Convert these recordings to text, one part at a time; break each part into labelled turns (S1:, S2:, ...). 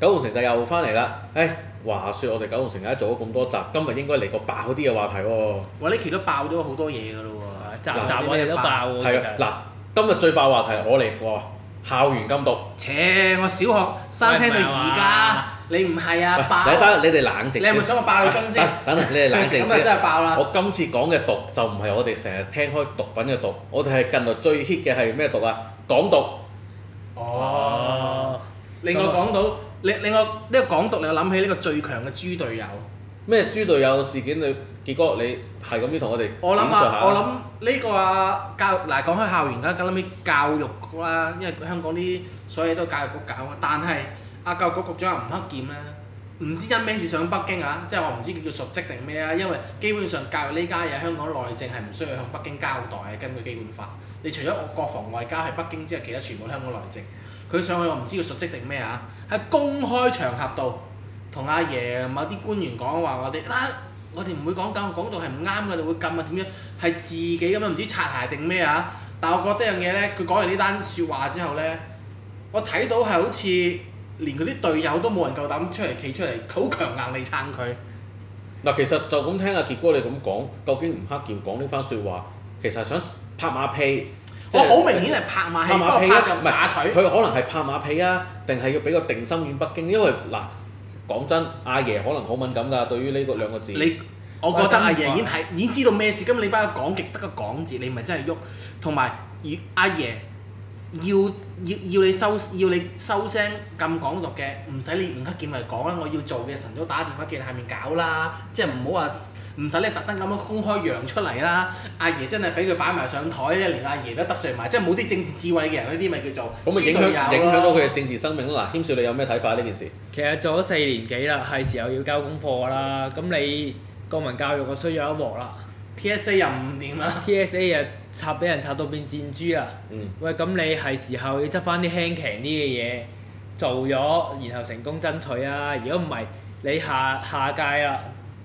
S1: 九龍城就又翻嚟啦。誒，話説我哋九龍城而家做咗咁多集，今日應該嚟個爆啲嘅話題喎。
S2: 哇！呢期都爆咗好多嘢㗎咯
S3: 集
S2: 喎，
S3: 集我哋都爆喎，
S1: 係
S3: 其實
S1: 啊，嗱，今日最爆話題我嚟喎，校園禁毒。
S2: 切！我小學生聽到而家，你唔係啊
S1: 喂
S2: 爆！
S1: 等等，你哋冷靜
S2: 你
S1: 先。
S2: 係咪想我爆你樽先？
S1: 等等，你哋冷 靜
S2: 咁啊
S1: 先。
S2: 真係爆啦！
S1: 我今次講嘅毒就唔係我哋成日聽開毒品嘅毒，我哋係近來最 hit 嘅係咩毒啊？港毒。
S2: 哦，令我講到，令令我呢個港獨，令我諗起呢個最強嘅豬隊友。
S1: 咩豬隊友事件？你結果你係咁樣同我哋
S2: 我諗
S1: 講述
S2: 啊
S1: 下，
S2: 我諗呢個啊教嗱講開校園啦，梗諗起教育局啦，因為香港啲所有嘢都教育局搞啊。但係啊教育局局長吳克儉咧，唔知因咩事上北京啊，即係我唔知佢叫述職定咩啊，因為基本上教育呢家嘢香港內政係唔需要向北京交代嘅，根據基本法。你除咗我國防外交係北京之外，其他全部都香港內政。佢上去我唔知佢述職定咩啊，喺公開場合度同阿爺某啲官員講話，我哋啊，我哋唔會講講講到係唔啱嘅，你會禁啊點樣？係自己咁樣唔知擦鞋定咩啊？但我覺得一樣嘢咧，佢講完呢單説話之後咧，我睇到係好似連佢啲隊友都冇人夠膽出嚟企出嚟，好強硬嚟撐佢。
S1: 嗱，其實就咁聽阿傑哥你咁講，究竟吳克儉講呢番説話，其實係想拍馬屁，即係
S2: 我哦好明顯係拍馬
S1: 拍
S2: 戲，不
S1: 馬
S2: 過拍
S1: 屁啊，
S2: 就
S1: 唔
S2: 馬
S1: 係
S2: 腿。
S1: 佢可能係拍馬屁啊，定係要俾個定心丸北京？因為嗱，講真，阿爺可能好敏感㗎，對於呢個兩個字。
S2: 你我覺得阿爺已經睇已經知道咩事，咁你班友講極得個講字，你咪真係喐。同埋如阿爺要要要你收要你收聲咁港獨嘅，唔使你吳克儉嚟講啦，我要做嘅晨早打電話叫你下面搞啦，即係唔好話。唔使你特登咁樣公開揚出嚟啦，阿爺真係俾佢擺埋上台咧，連阿爺都得罪埋，即係冇啲政治智慧嘅人嗰啲咪叫
S1: 咁
S2: 做
S1: 咪影
S2: 豬
S1: 響
S2: 隊友
S1: 影
S2: 咯
S1: 響到佢嘅政治生命啦。嗱，謙少你有咩睇法呢件事？
S3: 其實做咗四年幾啦，係時候要交功課啦。咁你國民教育我需要一鑊啦
S2: TSA 又唔掂啦，
S3: ，TSA 啊插俾人插到變箭豬啦。
S1: 嗯，
S3: 喂，咁你係時候要執翻啲輕騎啲嘅嘢做咗，然後成功爭取啊！如果唔係，你下下屆啦，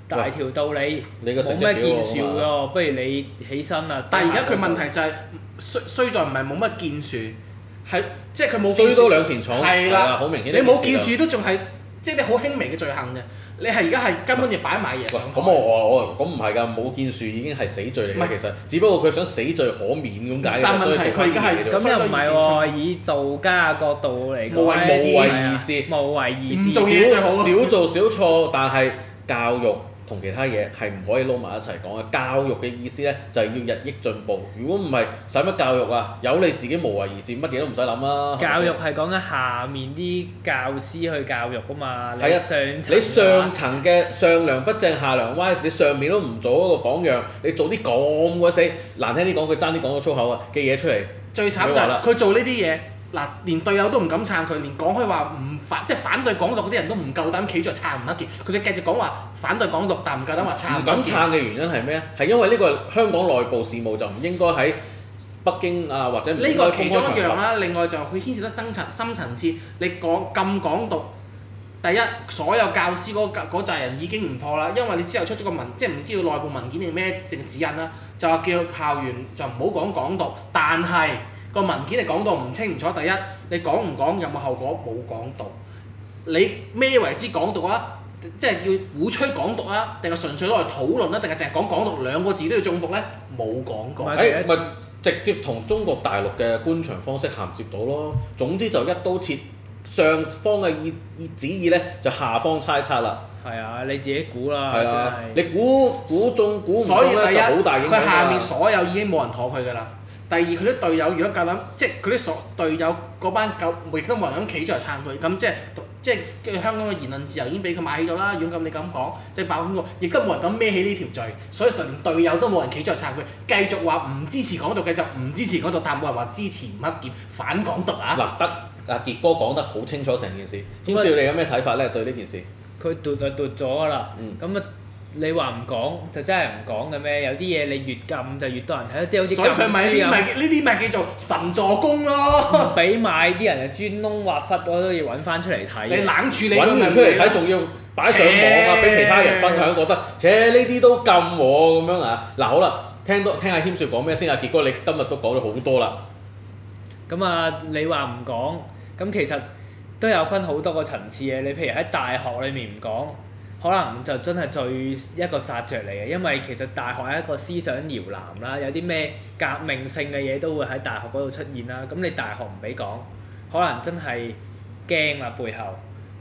S3: 大條道理
S1: 你個成
S3: 冇
S1: 績
S3: 咩
S1: 表
S3: 建
S1: 喎
S3: 樹
S1: 咁
S3: 㗎
S1: 啊
S3: 喎，不如你起身啊啦。
S2: 但係而家佢問題就係、衰衰在唔係冇乜建樹，係即係佢冇
S1: 衰
S2: 建樹
S1: 多兩錢重，
S2: 啊係啦
S1: 好明顯
S2: 你
S1: 呢件事就。啊
S2: 冇建樹都仲係即係你好輕微嘅罪行嘅，你係而家係根本要擺埋嘢
S1: 喂
S2: 上台。
S1: 咁我我我咁唔係㗎，冇建樹已經係死罪嚟
S2: 唔
S1: 嘅，
S2: 係
S1: 其實只不過佢想死罪可免咁解
S2: 但
S1: 㗎，
S2: 問
S1: 所以
S2: 題
S1: 做翻
S2: 佢而家係
S1: 啲嘢啫
S3: 咁又唔係喎，以道家嘅角度嚟
S2: 無為
S3: 講
S1: 無
S2: 而
S3: 咧，
S1: 為
S2: 治
S1: 而治，
S3: 無為而
S2: 唔做
S3: 治。
S2: 嘢最好咯
S1: 少做少錯，但係教育同其他嘢係唔可以撈埋一齊講嘅。教育嘅意思咧就係要日益進步，如果唔係使乜教育啊？由你自己無為而治，乜嘢都唔使諗啦。係咪
S3: 教育
S1: 先
S3: 係講緊下面啲教師去教育啊嘛，你
S1: 係啊
S3: 上層
S1: 你上層嘅上梁不正下梁歪，你上面都唔做一個榜樣，你做啲咁鬼死難聽啲講，佢爭啲講個粗口啊嘅嘢出嚟，
S2: 最慘就
S1: 你話
S2: 係
S1: 啦
S2: 佢做呢啲嘢，嗱，連隊友都唔敢撐佢，連講開話唔反即係反對港獨嗰啲人都唔夠膽企咗撐吳克儉，佢哋繼續講話反對港獨，但唔夠膽話撐
S1: 唔
S2: 吳
S1: 敢
S2: 克儉。
S1: 撐嘅原因係咩啊？係因為呢個香港內部事務就唔應該喺北京啊或者唔
S2: 呢
S1: 應該
S2: 個
S1: 公
S2: 其
S1: 開
S2: 中
S1: 場
S2: 一樣
S1: 合。
S2: 啦，另外就佢牽涉得深層深層次，你講咁港獨，第一所有教師嗰嗰扎人已經唔妥啦，因為你之後出咗個文，即係唔知叫內部文件定咩定指引啦，就話叫校園就唔好講港獨，但係個文件你講到唔清唔楚，第一你講唔講有冇後果？冇講到，你咩為之港獨啊？即係叫鼓吹港獨啊，定係純粹攞嚟討論啊，定係淨係講港獨兩個字都要中伏咧？冇講過
S3: 唔。係
S1: 誒哎咪直接同中國大陸嘅官場方式銜接到咯。總之就一刀切，上方嘅意意旨意咧就下方猜測啦。
S3: 係啊，你自己估啦，
S1: 係啊，
S3: 真
S1: 你
S3: 係。
S1: 估估中估唔中
S2: 所以
S1: 咧
S2: 第一，
S1: 就好大影響啊
S2: 佢下面
S1: 㗎。
S2: 所有已經冇人妥佢噶啦。第二，佢啲隊友如果夠膽，即係佢啲所隊友嗰班夠，亦都冇人咁企出嚟撐佢，咁即係即係香港嘅言論自由已經俾佢買起咗啦。如果咁你咁講，即係爆空個，亦都冇人敢孭起呢條罪，所以實連隊友都冇人企出嚟撐佢，繼續話唔支持港獨嘅就唔支持港獨，但冇人話支持乜嘢反港獨啊！
S1: 嗱得阿傑哥講得好清楚成件事，謙少你有咩睇法咧？對呢件事，
S3: 佢奪就奪咗㗎啦
S1: 嗯。
S3: 咁啊，你話唔講就真係唔講嘅咩？有啲嘢你越禁就越多人睇，即係好似禁
S2: 所以佢咪呢啲
S3: 書
S2: 咪
S3: 咁，
S2: 呢啲咪叫做神助攻咯。
S3: 唔俾買啲人就專窿挖塞，我都要揾翻出嚟睇啊
S2: 你
S3: 嘅。
S2: 冷處理
S1: 揾
S2: 佢咪
S1: 完
S2: 唔
S1: 出嚟
S2: 理咯
S1: 睇，仲要擺上網啊，
S2: 切
S1: 俾其他人分享，覺得切呢啲都禁喎咁樣啊。嗱好啦，聽多聽下謙少講咩先啊。傑哥你今日都講咗好多啦。
S3: 咁啊，你話唔講，咁其實都有分好多個層次嘅。你譬如喺大學裏面唔講，可能就真係最一個殺着嚟嘅，因為其實大學係一個思想搖籃啦，有啲咩革命性嘅嘢都會喺大學嗰度出現啦。咁你大學唔俾講，可能真係驚啦背後。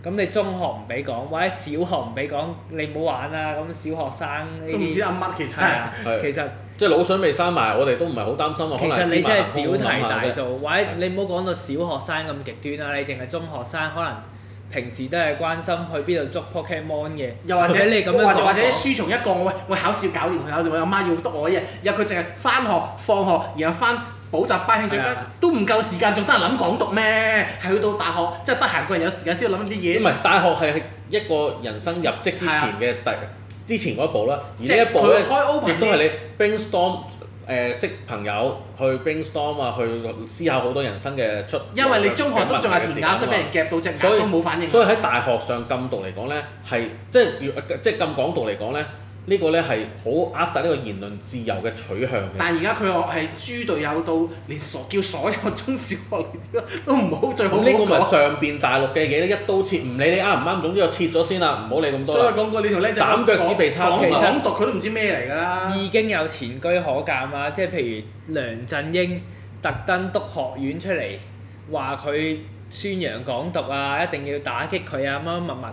S3: 咁你中學唔俾講，或者小學唔俾講，你唔好玩啦。咁小學生呢
S2: 都唔知
S3: 啲
S2: 阿乜其實
S3: 係 啊，
S1: 係
S3: 其實。
S1: 即係老水未生埋，我哋都唔係好擔心啊。
S3: 其
S1: 可
S3: 實
S1: 能
S3: 你真係
S1: 天
S3: 小
S1: 馬行空
S3: 題
S1: 咁啊
S3: 大
S1: 真係
S3: 做，或者你唔好講到小學生咁極端啦，你淨係中學生可能平時都係關心去邊度捉 Pokemon 嘅，
S2: 又或者
S3: 咁你咁樣
S2: 或者
S3: 講
S2: 或者書從一個，喂喂考試搞掂佢考試，我阿媽要督我一日，然後佢淨係翻學放學，然後翻補習班興趣
S3: 係
S2: 班
S3: 啊，
S2: 都唔夠時間，仲得閒諗港獨咩？係去到大學，即係得閒個人有時間先要諗呢啲
S1: 唔
S2: 嘢。
S1: 係大學係係一個人生入職之前嘅第之前嗰一步啦，而
S2: 啊即
S1: 呢
S2: 係
S1: 一步咧
S2: 佢開 open
S1: 亦都係你 brainstorm 誒識朋友去 brainstorm 啊，去思考好多人生嘅出。
S2: 因為你中學都仲係
S1: 嘅
S2: 填鴨式，
S1: 時間啊
S2: 俾
S1: 嘛
S2: 人夾到隻眼
S1: 所以
S2: 都冇反應。
S1: 所以喺大學上禁毒嚟講咧，係即係要即係禁港獨嚟講咧，呢個咧係好扼殺呢個言論自由嘅取向嘅。
S2: 但係而家佢學係豬隊友到連傻叫所有中小學都唔好最好
S1: 咁呢個
S2: 唔好
S1: 咪
S2: 講。
S1: 上邊大陸嘅嘢咧，一刀切，唔理你啱唔啱，總之我切咗先啦，唔好理咁多
S2: 所以
S1: 啦。
S2: 講過你條僆仔
S1: 斬腳趾被叉
S2: 講
S3: 其實
S2: 港獨佢都唔知咩嚟㗎啦。
S3: 已經有前居可鑑啦。即係譬如梁振英特登督學院出嚟，話佢宣揚港獨啊，一定要打擊佢啊，乜乜乜乜。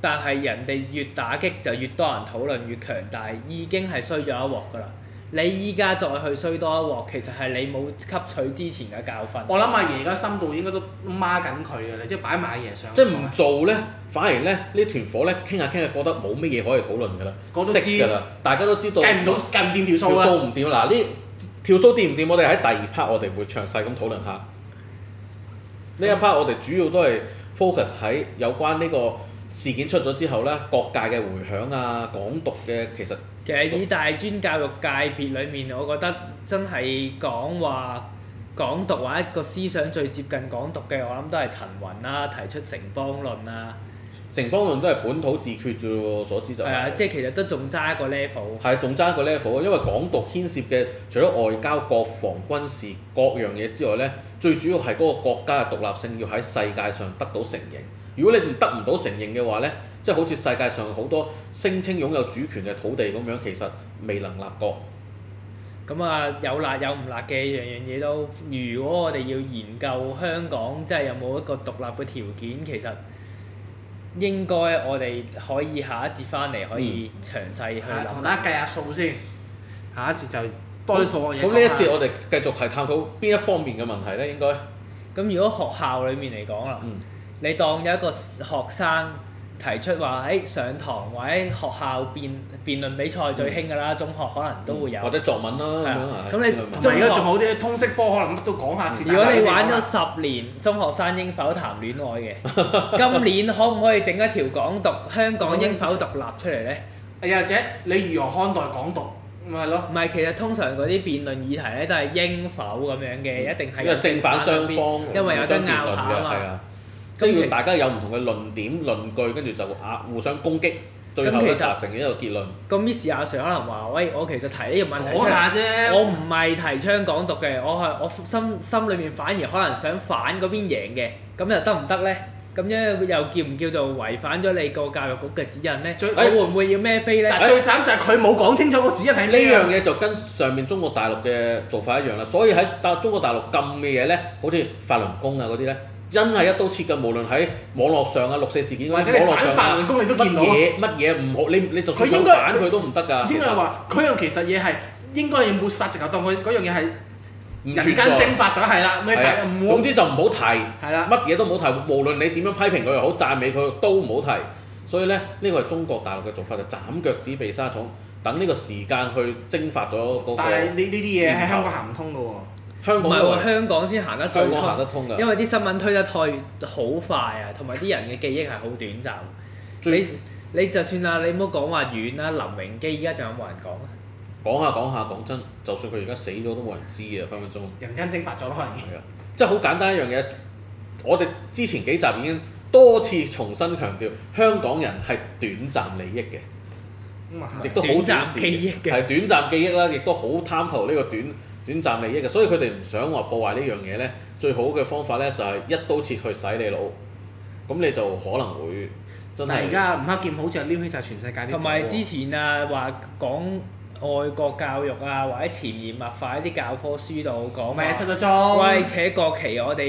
S3: 但係人哋越打擊就越多人討論，越強大，已經係衰咗一鑊㗎啦。你依家再去衰多一鑊，其實係你冇吸取之前嘅教訓。
S2: 我諗阿爺而家深度應該都孖緊佢嘅啦，即係擺埋阿爺上。啊
S1: 即係唔做咧，反而咧呢團火咧傾下傾下，覺得冇乜嘢可以討論㗎啦，
S2: 我都
S1: 識
S2: 知
S1: 㗎啦，大家都知道
S2: 計唔到計唔掂
S1: 條
S2: 條數
S1: 數
S2: 啊！
S1: 唔掂嗱，呢條數掂唔掂？我哋喺第二 part 我哋會詳細咁討論下。呢一
S2: 嗯
S1: part 我哋主要都係 focus 喺有關呢個事件出咗之後咧，各界嘅迴響啊，港獨嘅其實
S3: 其實以大專教育界別裏面，我覺得真係講話港獨或者一個思想最接近港獨嘅，我諗都係陳雲啦，提出城邦論啦，
S1: 城邦論都係本土自決啫喎，我所知就
S3: 係啊，即係其實都仲差一個 level。
S1: 係仲爭一個 level，因為港獨牽涉嘅除咗外交、國防、軍事各樣嘢之外咧，最主要係嗰個國家嘅獨立性要喺世界上得到承認。如果你唔得唔到承認嘅話咧，即係好似世界上好多聲稱擁有主權嘅土地咁樣，其實未能立國。
S3: 咁啊，有辣有唔辣嘅樣樣嘢都。如果我哋要研究香港，即係有冇一個獨立嘅條件，其實應該我哋可以下一節翻嚟可以詳細去
S2: 係啊同
S3: 諗。
S2: 大家計下數先，下一節就多啲數學嘢講
S1: 咁
S2: 啦。
S1: 呢一節我哋繼續係探討邊一方面嘅問題咧，應該
S3: 咁如果學校裏面嚟講啦。
S1: 嗯
S3: 你當有一個學生提出話喺上堂或者學校辯辯論比賽最興㗎
S1: 嗯
S3: 啦，中學可能都會有
S1: 或。者作文啦咁樣啊
S3: 係咁你
S1: 應該
S2: 同
S1: 係
S2: 埋而家仲好啲通識科，可能乜都講下先。
S3: 如果你玩咗十年中學生應否談戀愛 嘅，今年可唔可以整一條港獨香港應否獨立出 嚟呢？
S2: 又或者啊你如何看待港獨，咪係咯？
S3: 唔係，其實通常嗰啲辯論議題咧都係應否咁樣嘅，一定係啊
S1: 因為正反雙
S3: 兩邊
S1: 方
S3: 因為有得
S1: 互相辯論
S3: 拗下
S1: 嘅
S3: 啊嘛
S1: 係啊，即
S3: 咁
S1: 係
S3: 其
S1: 要
S3: 實
S1: 大家有唔同嘅論點論據，跟住就啊互相攻擊，最後
S3: 咁其
S1: 咧
S3: 實啊
S1: 達成一個結論。
S3: 咁 Miss 阿 Sir 可能話：喂，我其實提呢個問題出
S2: 講
S3: 嚟。
S2: 下啫。
S3: 我唔係提倡港獨嘅，我係我心心裏面反而可能想反嗰邊贏嘅，咁又得唔得呢？咁樣又叫唔叫做違反咗你個教育局嘅指引呢？
S2: 最
S3: 我會唔會要孭飛呢？
S2: 但最慘就係佢冇講清楚個指引係
S1: 呢
S2: 咩
S1: 樣
S2: 樣。
S1: 嘢就跟上面中國大陸嘅做法一樣啦，所以喺大中國大陸禁嘅嘢咧，好似法輪功啊嗰啲咧，真係一刀切嘅，無論喺網絡上啊六四事件
S2: 或
S1: 嗰
S2: 者
S1: 啲
S2: 你
S1: 網絡
S2: 反
S1: 上
S2: 法
S1: 啊
S2: 輪功你都
S1: 乜
S2: 見到啊。
S1: 嘢乜嘢唔好，你你就算
S2: 佢
S1: 想
S2: 應該
S1: 反佢都唔得㗎，其
S2: 應該係
S1: 實
S2: 話嗰樣其實嘢係應該要抹殺，直頭當佢嗰樣嘢係
S1: 唔
S2: 人
S1: 存
S2: 間
S1: 在。
S2: 蒸發咗係啦，你
S1: 係啊
S2: 睇唔好
S1: 總之就唔好提。
S2: 係啦。
S1: 啊乜嘢都唔好提，無論你點樣批評佢又好，讚美佢都唔好提。所以咧，呢個係中國大陸嘅做法，就斬腳趾避沙蟲，等呢個時間去蒸發咗嗰個
S2: 但係呢呢啲嘢喺香港行唔通嘅喎。
S1: 香
S3: 唔
S1: 港
S3: 係
S1: 都
S3: 喎，
S1: 啊係
S3: 香港先行得最
S1: 香港行得
S3: 通，
S1: 通㗎。
S3: 因為啲新聞推得太好快啊，同埋啲人嘅記憶係好短暫。你你就算啊，你唔好講話遠啦，林榮基依家仲有冇人講啊？
S1: 講下講下，講真，就算佢而家死咗都冇人知嘅，分分鐘。
S2: 人間蒸發咗咯，可能
S1: 係啊，即係好簡單一樣嘢。我哋之前幾集已經多次重新強調，香港人係短暫利益嘅。
S2: 咁啊
S1: 亦都好短
S3: 短
S1: 視
S3: 暫記憶嘅
S1: 係短暫記憶啦，亦都好貪圖呢個短短暫利益嘅，所以佢哋唔想話破壞呢樣嘢咧，最好嘅方法咧就係一刀切去洗你腦，咁你就可能會真
S2: 但係而
S1: 係
S2: 家吳克儉好似係撩起晒全世界啲火喎，
S3: 同埋之前啊話講愛國教育啊，或者潛移默化喺啲教科書度講
S2: 唔係
S3: 話
S2: 失咗蹤，
S3: 喂，扯國旗我哋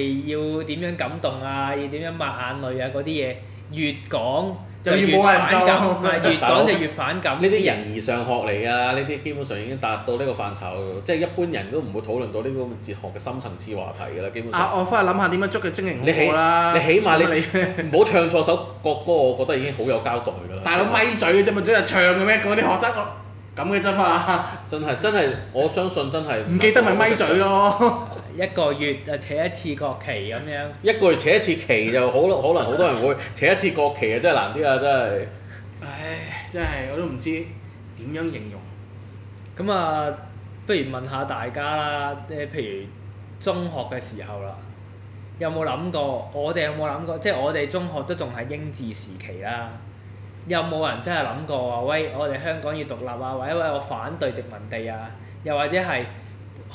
S3: 要點樣感動啊？要點樣抹眼淚啊？嗰啲嘢越講
S2: 就越
S3: 越
S2: 冇人
S3: 反感，
S2: 做
S3: 唔係越
S1: 大佬
S3: 講就越反感。
S1: 呢啲人而上學嚟㗎，呢啲基本上已經達到呢個範疇㗎，即係一般人都唔會討論到呢個咁嘅哲學嘅深層次話題㗎啦，基本
S2: 啊！
S1: 上。
S2: 我翻去諗下點樣捉佢精靈
S1: 你
S2: 好
S1: 起
S2: 過啦。
S1: 你起碼
S2: 使乜
S1: 你唔好唱錯首國歌，我覺得已經好有交代㗎啦。
S2: 大佬咪嘴嘅啫嘛，都係唱嘅咩？嗰啲學生我咁嘅啫 嘛，
S1: 真係真係，我相信真係
S2: 唔記得咪咪嘴。咯。
S3: 一個月就扯一次國旗咁樣，
S1: 一個月扯一次旗就好，可能好多人會扯一次國旗啊，真係難啲啊，真係。
S2: 唉，真係我都唔知點樣形容。
S3: 咁啊，不如問下大家啦，誒，譬如中學嘅時候啦，有冇諗過？我哋有冇諗過？即係我哋中學都仲係英治時期啦，有冇人真係諗過話，喂，我哋香港要獨立啊，或者喂，我反對殖民地啊，又或者係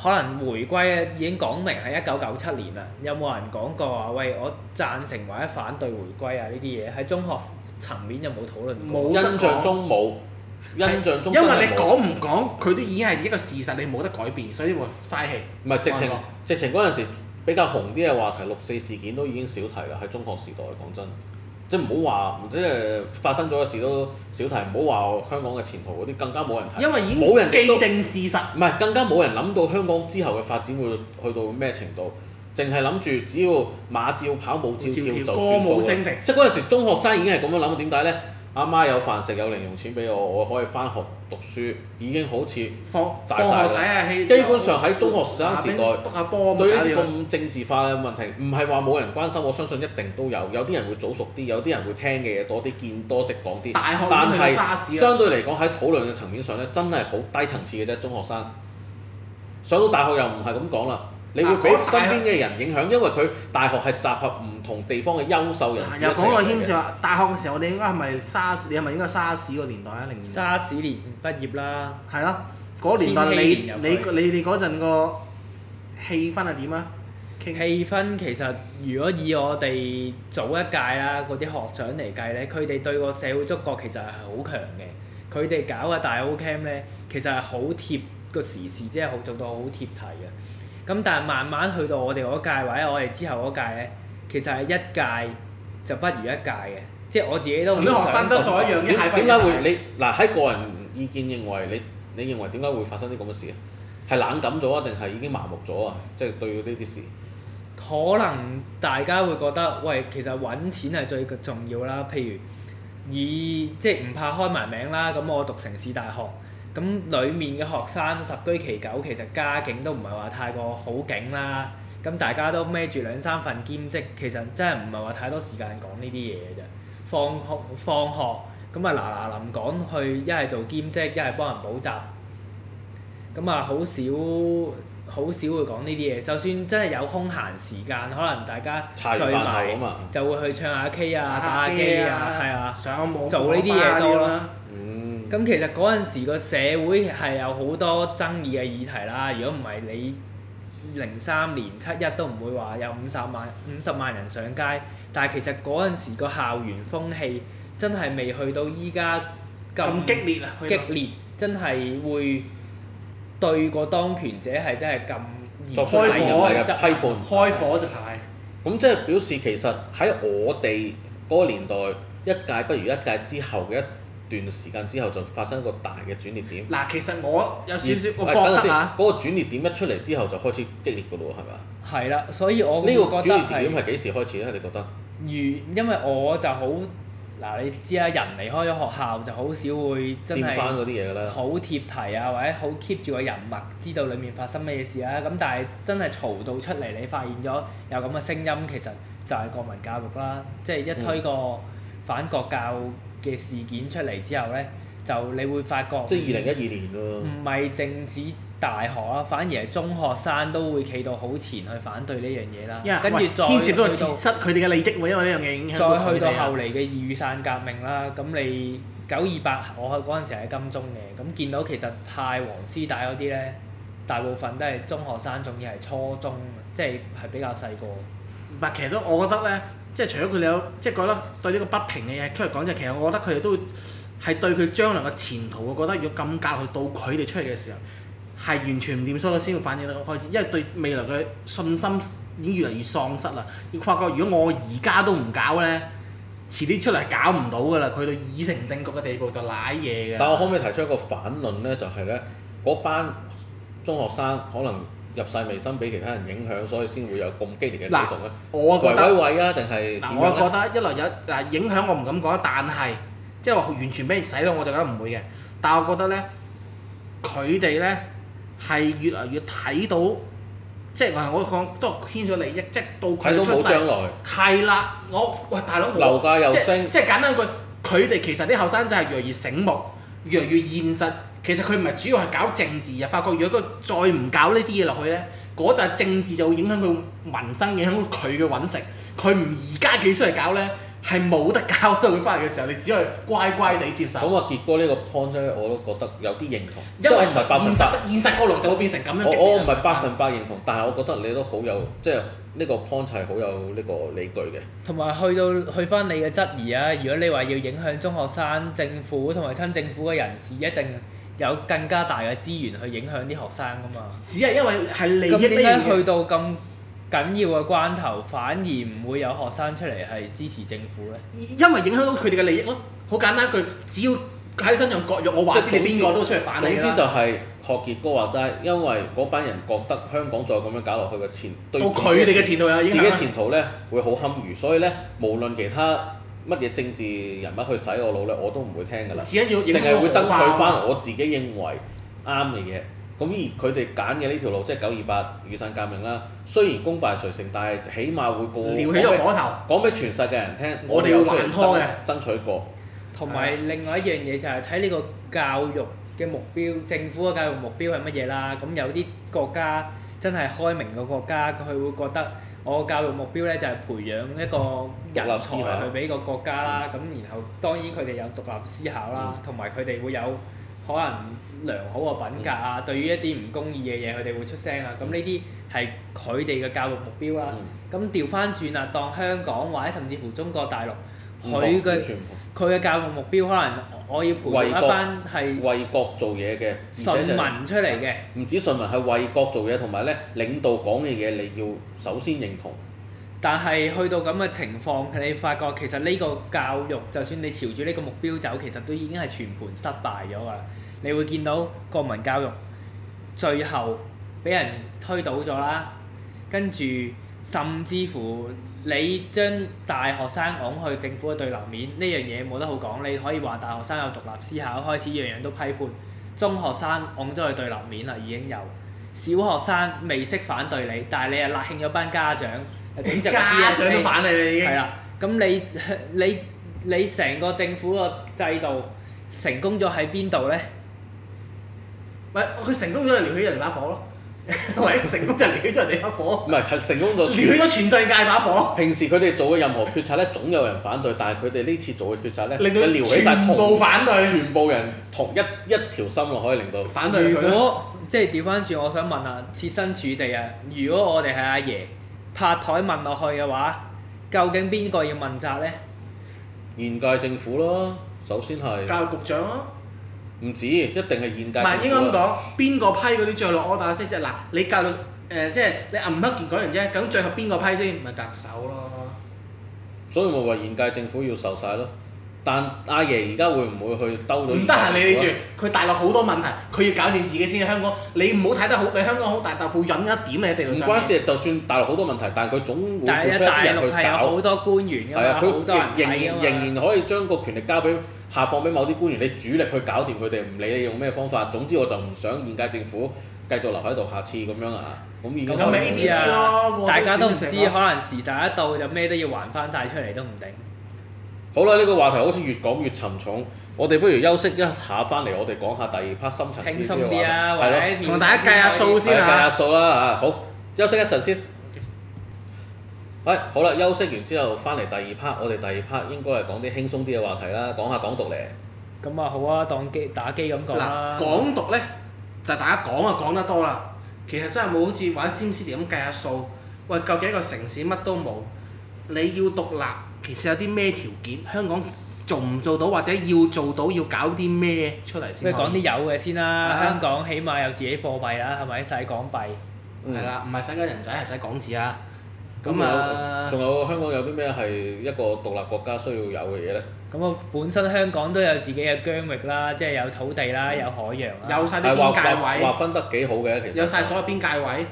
S3: 可能回歸已經講明係一九九七年啦，有冇人講過話，喂，我贊成或者反對回歸啊？呢啲嘢喺中學層面有冇討論過？
S2: 冇得講
S1: 印象中冇，印象中
S2: 因
S1: 真係
S2: 為
S1: 冇
S2: 你講唔講，佢都已經係一個事實，你冇得改變，所以會嘥氣。
S1: 唔係直
S2: 我
S1: 情
S2: 講
S1: 直情嗰陣時比較紅啲嘅話題，六四事件都已經少提啦。喺中學時代講真，即係唔好話即係發生咗嘅事都少提，唔好話香港嘅前途嗰啲更加冇人提。
S2: 因為已經
S1: 冇人
S2: 既
S1: 都
S2: 定事實。
S1: 唔係更加冇人諗到香港之後嘅發展會去到咩程度，淨係諗住只要馬照跑舞照跳就算
S2: 照跳歌舞
S1: 數
S2: 升平
S1: 即係嗰陣時中學生已經係咁樣諗，點解呢？阿媽有飯食，有零用錢俾我，我可以翻學讀書，已經好似
S2: 放
S1: 大
S2: 放
S1: 晒啦
S2: 學睇下戲，
S1: 基本上喺中學生時代
S2: 篤下波咪
S1: 對呢
S2: 搞
S1: 啲
S2: 掂啦
S1: 咁政治化嘅問題，唔係話冇人關心，我相信一定都有。有啲人會早熟啲，有啲人會聽嘅嘢多啲，見多識講啲。
S2: 大學
S1: 但
S2: 已經去到沙士啊
S1: 係
S2: 啦
S1: 相對嚟講喺討論嘅層面上咧，真係好低層次嘅啫，中學生。上到大學又唔係咁講啦，你會俾
S2: 嗱講
S1: 身
S2: 大
S1: 邊嘅人影響，因為佢大學係集合唔同地方嘅優秀人
S2: 啊
S1: 士一
S2: 又
S1: 齊
S2: 講個
S1: 嚟
S2: 牽
S1: 嘅。
S2: 涉啊！大學嘅時候，我哋應該係咪沙士？你係咪應該沙士個年代啊？零年代
S3: 沙士年畢業啦。
S2: 係咯，嗰年代
S3: 千
S2: 你
S3: 禧年入
S2: 你
S3: 去
S2: 你哋嗰陣個氣氛係點啊？傾
S3: 氣氛其實如果以我哋早一屆啦嗰啲學長嚟計咧，佢哋對個社會觸覺其實係好強嘅。佢哋搞嘅大 O Cam 咧，其實係好貼個時事，即係好做到好貼題嘅。咁但係慢慢去到我哋嗰屆或者我哋之後嗰屆咧，其實係一屆就不如一屆嘅。即係我自己都
S2: 同啲學生質素一樣，一
S1: 點
S2: 下畢業
S1: 點解會你嗱喺個人意見認為你你認為點解會發生啲咁嘅事啊？係冷感咗啊，定係已經麻木咗啊？即係對呢啲事。
S3: 可能大家會覺得，喂，其實揾錢係最重要啦。譬如以即係唔怕開埋名啦，咁我讀城市大學，咁裡面嘅學生十居其九，其實家境都唔係話太過好景啦。咁大家都孭住兩三份兼職，其實真係唔係話太多時間講呢啲嘢嘅啫。放學放學咁啊嗱嗱臨趕去，一係做兼職，一係幫人補習。咁啊，好少好少會講呢啲嘢。就算真係有空閒時間，可能大家
S1: 茶餘
S3: 聚
S1: 飯後啊
S3: 埋
S1: 嘛
S3: 就會去唱下 K 啊、打
S2: 打
S3: 下
S2: 下
S3: 機
S2: 機
S3: 啊
S2: 啊，
S3: 係啊。
S2: 上網
S3: 做呢啲嘢多
S2: 網
S3: 啦
S2: 吧啲。
S1: 嗯，
S3: 咁其實嗰陣時個社會係有好多爭議嘅議題啦。如果唔係你零三年七一都唔會話有五十萬五十萬人上街，但係其實嗰陣時個校園風氣真係未去到依家
S2: 咁激烈啊！去
S3: 激
S2: 到
S3: 烈，真係會對個當權者係真係咁嚴
S1: 作
S2: 出
S1: 出
S2: 開
S1: 大
S2: 火
S1: 人
S3: 嚴
S1: 嘅
S3: 質
S1: 啊批判。
S2: 開火就係
S1: 咁即係表示其實喺我哋嗰個年代，一屆不如一屆之後嘅一段時間之後，就發生一個大嘅轉捩點。
S2: 嗱，其實我有少少
S1: 而
S2: 我
S1: 喂等
S2: 覺
S1: 陣
S2: 得
S1: 先
S2: 啊，
S1: 嗰個轉捩點一出嚟之後，就開始激烈噶咯喎，係咪啊？
S3: 係啦，所以我
S1: 呢個
S3: 會
S1: 轉
S3: 覺得
S1: 捩
S3: 係
S1: 點係幾時開始咧？你覺得？
S3: 如因為我就好嗱，你知啦，人離開咗學校就好少會真
S1: 掂翻
S3: 係
S1: 嗰啲嘢㗎啦。
S3: 好貼題啊，或者好 keep 住個人物，知道裡面發生咩事啊啦。咁但係真係嘈到出嚟，你發現咗有咁嘅聲音，其實就係國民教育啦，即係一推個反國教嘅事件出嚟之後咧，就你會發覺
S1: 即係二零一嗯二年咯。
S2: 嗯
S3: 唔係淨止大學啦，反而係中學生都會企到好前去反對呢樣嘢啦。
S2: 因為
S3: 跟住
S2: 喂
S3: 再
S2: 牽涉到
S3: 去
S2: 切失佢哋嘅利益喎，因為呢樣嘢影響
S3: 再
S2: 佢
S3: 去
S2: 哋
S3: 到
S2: 啊
S3: 後嚟嘅雨傘革命啦，咁你九二八我嗰陣時喺金鐘嘅，咁見到其實派黃絲帶嗰啲咧，大部分都係中學生，仲要係初中，即係係比較細個。
S2: 唔係，其實都我覺得咧，即係除咗佢哋有即係覺得對呢個不平嘅嘢出嚟講，即係其實我覺得佢哋都會係對佢將來嘅前途，我覺得如果咁教佢到佢哋出嚟嘅時候，係完全唔掂，所以佢先會反映到開始，因為對未來嘅信心已經越嚟越喪失啦。要發覺如果我而家都唔搞咧，遲啲出嚟搞唔到噶啦，佢到已成定局嘅地步就賴嘢㗎
S1: 但
S2: 啦。
S1: 我可唔可以提出一個反論咧？就係咧，嗰班中學生可能入世未深，俾其他人影響，所以先會有咁激烈嘅舉動咧。
S2: 我覺
S1: 維
S2: 得。
S1: 維位啊，定係點
S2: 嗱，我
S1: 樣咧？
S2: 覺得一來有嗱影響我唔敢講，但係即係話完全俾人洗腦，我就覺得唔會嘅。但係我覺得咧，佢哋咧係越嚟越睇到，即係我講都係牽咗利益，即係到佢
S1: 睇到
S2: 哋出
S1: 冇將
S2: 世
S1: 來，
S2: 係啦。我喂大佬，我
S1: 樓價又
S2: 即係
S1: 升，
S2: 即係簡單一句，佢哋其實啲後生仔係越嚟越醒目，越嚟越現實。其實佢唔係主要係搞政治啊，發覺如果佢再唔搞呢啲嘢落去咧，嗰陣政治就會影響佢民生，影響佢嘅揾食。佢唔而家幾出嚟搞咧，係冇得搞到佢翻嚟嘅時候，你只可以乖乖地接受。
S1: 咁啊，結果呢個 point 咧，我都覺得有啲認同，即
S2: 因
S1: 係
S2: 為
S1: 唔
S2: 現
S1: 係百分
S2: 實
S1: 百。
S2: 現實個龍就會變成咁樣啊
S1: 我
S2: 嘅。
S1: 我唔係百分百認同，但係我覺得你都好有，即係呢個 point 係好有呢個理據嘅。
S3: 同埋去到去翻你嘅質疑啊！如果你話要影響中學生、政府同埋親政府嘅人士，一定有更加大嘅資源去影響啲學生噶嘛。
S2: 只係因為係利
S3: 咁
S2: 益呢
S3: 點
S2: 樣
S3: 解
S2: 嘢
S3: 去到咁緊要嘅關頭，反而唔會有學生出嚟係支持政府呢？
S2: 因為影響到佢哋嘅利益咯。好簡單一句，只要喺身上割肉，我話知你邊個都出嚟反
S1: 總
S2: 你
S1: 之
S2: 啦
S1: 就係學傑哥話齋，因為嗰班人覺得香港再咁樣搞落去嘅前對
S2: 到佢哋嘅前途有
S1: 自
S2: 影
S1: 己
S2: 響啊啦。
S1: 前途咧會好堪虞，所以咧無論其他乜嘢政治人物去洗我腦咧，我都唔會聽㗎啦，
S2: 只緊要影
S1: 淨
S2: 響
S1: 係會爭取
S2: 我啊
S1: 翻我自己認為啱嘅嘢。咁而佢哋揀嘅呢條路即係九二八雨傘革命啦，雖然功敗垂成，但係起碼會告
S2: 撩起咗火頭。
S1: 講俾全世界人聽，
S2: 我哋
S1: 有
S2: 要
S1: 出嚟
S2: 還拖嘅
S1: 爭爭取過。
S3: 同
S1: 啊
S3: 埋另外一樣嘢就係睇呢個教育嘅目標，政府嘅教育目標係乜嘢啦？咁有啲國家真係開明嘅國家，佢會覺得我教育目標咧就係培養一個
S1: 獨立
S3: 人
S1: 思
S3: 才
S1: 考
S3: 去俾個國家啦。
S1: 嗯
S3: 咁然後當然佢哋有獨立思考啦，同埋佢哋會有可能良好嘅品格
S1: 嗯
S3: 啊。對於一啲唔公義嘅嘢，佢哋會出聲啊。咁呢啲係佢哋嘅教育目標啦。
S1: 嗯
S3: 咁調翻轉啊，當香港或者甚至乎中國大陸
S1: 唔同
S3: 佢
S1: 完
S3: 嘅
S1: 全唔同
S3: 佢嘅教育目標可能我要培養
S1: 為國
S3: 一班係
S1: 為國做嘢嘅，而且就
S3: 順
S1: 係
S3: 民出嚟嘅，
S1: 唔止順民係為國做嘢，同埋咧領導講嘅嘢你要首先認同。
S3: 但係去到咁嘅情況，你發覺其實呢個教育就算你朝住呢個目標走，其實都已經係全盤失敗咗㗎啦。你會見到國民教育最後俾人推倒咗啦，跟住甚至乎你將大學生拱去政府嘅對立面，呢樣嘢冇得好講。你可以話大學生有獨立思考，開始樣樣都批判；中學生拱咗去對立面啦，已經有。小學生未識反對你，但係你又勒興咗班家長，又整著個
S2: 家長
S3: PSA
S2: 都反你啦已經
S1: 啊
S3: 係。啦，咁你你 你成個政府個制度成功咗喺邊度咧？
S2: 喂，佢成功咗就撩起人哋把火咯。 喂，成功就撩起咗人哋把火，
S1: 唔係係成功
S2: 哦 撩起
S1: 咗。
S2: 咗全世界把火，
S1: 平時佢哋做嘅任何決策咧，總有人反對，但係佢哋呢次做嘅決策咧，
S2: 令
S1: 就撩起晒
S2: 到全部
S1: 同
S2: 反對。
S1: 全部人同一一條心咯，可以令到
S2: 反對
S3: 如
S2: 佢咯。
S3: 果即係調翻轉，我想問啊，設身處地啊，如果我哋係阿爺拍台問落去嘅話，究竟邊個要問責咧？
S1: 現屆政府咯。首先係
S2: 教育局長咯，
S1: 唔止，一定係現屆
S2: 唔係應該
S1: 政
S2: 咁
S1: 府啦。啊
S2: 講，邊個批嗰啲最後落 order 先啫？嗱，你教育誒即係你暗黑件講完啫，咁最後邊個批先？咪特首咯。
S1: 所以咪話現屆政府要受晒咯。但阿爺而家會唔會去兜咗？
S2: 唔得
S3: 嗯
S2: 閒理你住，佢大陸好多問題，佢要搞掂自己先。香港你唔好睇得好，你香港好大豆腐引一點你喺地
S1: 唔
S2: 度上面。
S1: 關事，就算大陸好多問題，但係佢總會
S3: 但
S1: 撥
S3: 係
S1: 出一
S3: 大
S1: 啲人
S3: 陸
S1: 去
S3: 係有
S1: 搞
S3: 好。多官員㗎
S1: 係
S3: 嘛，
S1: 啊，佢
S3: 好多人
S1: 仍
S3: 睇㗎
S1: 然
S3: 嘛。
S1: 仍然可以將個權力交俾下放俾某啲官員，你主力去搞掂佢哋，唔理你用咩方法。總之我就唔想現屆政府繼續留喺度，下次咁樣啊，咁已經
S2: 咁咪
S1: 開始
S2: ABC 咯個個都
S3: 啊大家都唔知，
S2: 選
S3: 可
S2: 成咯
S3: 能時辰一到就咩都要還翻晒出嚟都唔定。
S1: 好啦，呢、個話題好似越講越沉重，我哋不如休息一下，翻嚟我哋講下第二 part 深層
S3: 輕
S1: 次
S3: 鬆
S1: 嘅
S3: 啲啊，
S1: 話
S3: 或
S1: 題係
S3: 者
S1: 咯，
S3: 面
S2: 同大家計下數
S1: 係
S2: 先
S1: 啊
S2: 啊
S1: 計下數啦啊，好，休息一陣先。係好啦，休息完之後翻嚟第二 part，我哋第二 part 應該係講啲輕鬆啲嘅話題啦，講下港獨嚟。
S3: 咁啊好啊，當機打機咁講啦
S2: 嗱，。港獨咧就大家講啊講得多啦，其實真係冇好似玩 SimCity 咁計下數。喂，究竟一個城市乜都冇，你要獨立，其實有啲咩條件？香港做唔做到，或者要做到，要搞啲咩出嚟
S3: 不
S2: 先
S3: 如講
S2: 可
S3: 啲
S2: 以？
S3: 有嘅先啦，
S2: 啊
S3: 香港起碼有自己貨幣啦，係咪使港幣？
S1: 嗯
S2: 係啦，唔係使緊人仔，係使港紙啊！
S1: 咁
S2: 咁啊，
S1: 仲有香港有啲咩係一個獨立國家需要有嘅嘢咧？
S3: 咁我本身香港都有自己嘅疆域啦，即係有土地啦，有海洋啦。
S2: 有晒啲
S1: 係劃
S2: 邊界
S1: 劃
S2: 位。
S1: 劃分得幾好嘅，其實
S2: 有晒所有邊界位，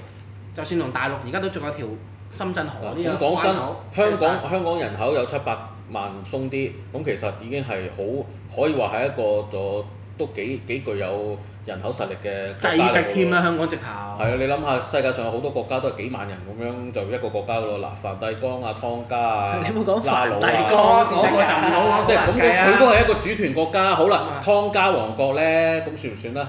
S2: 就算同大陸而家都仲有條深圳河啊呢
S1: 啊咁
S2: 個
S1: 講
S2: 關口。
S1: 真，香港香港人口有七百萬鬆啲，咁其實已經係好可以話係一個咗都幾幾具有人口實力嘅國家嚟
S2: 擠
S1: 㗎
S2: 逼
S1: 喎
S2: 添啦，。香港直頭。
S1: 係啊，你諗下世界上有好多國家都係幾萬人咁樣就一個國家噶咯，嗱，梵蒂岡啊、湯加 啊、
S3: 你冇講
S1: 拉
S3: 梵
S1: 魯
S3: 蒂
S1: 啊
S3: 岡
S2: 嗰個嗰個就唔好講
S1: 即係咁，
S2: 計
S1: 佢
S2: 啊
S1: 佢都係一個主權國家。好啦
S2: 啊，
S1: 湯加王國咧，咁算唔算啦？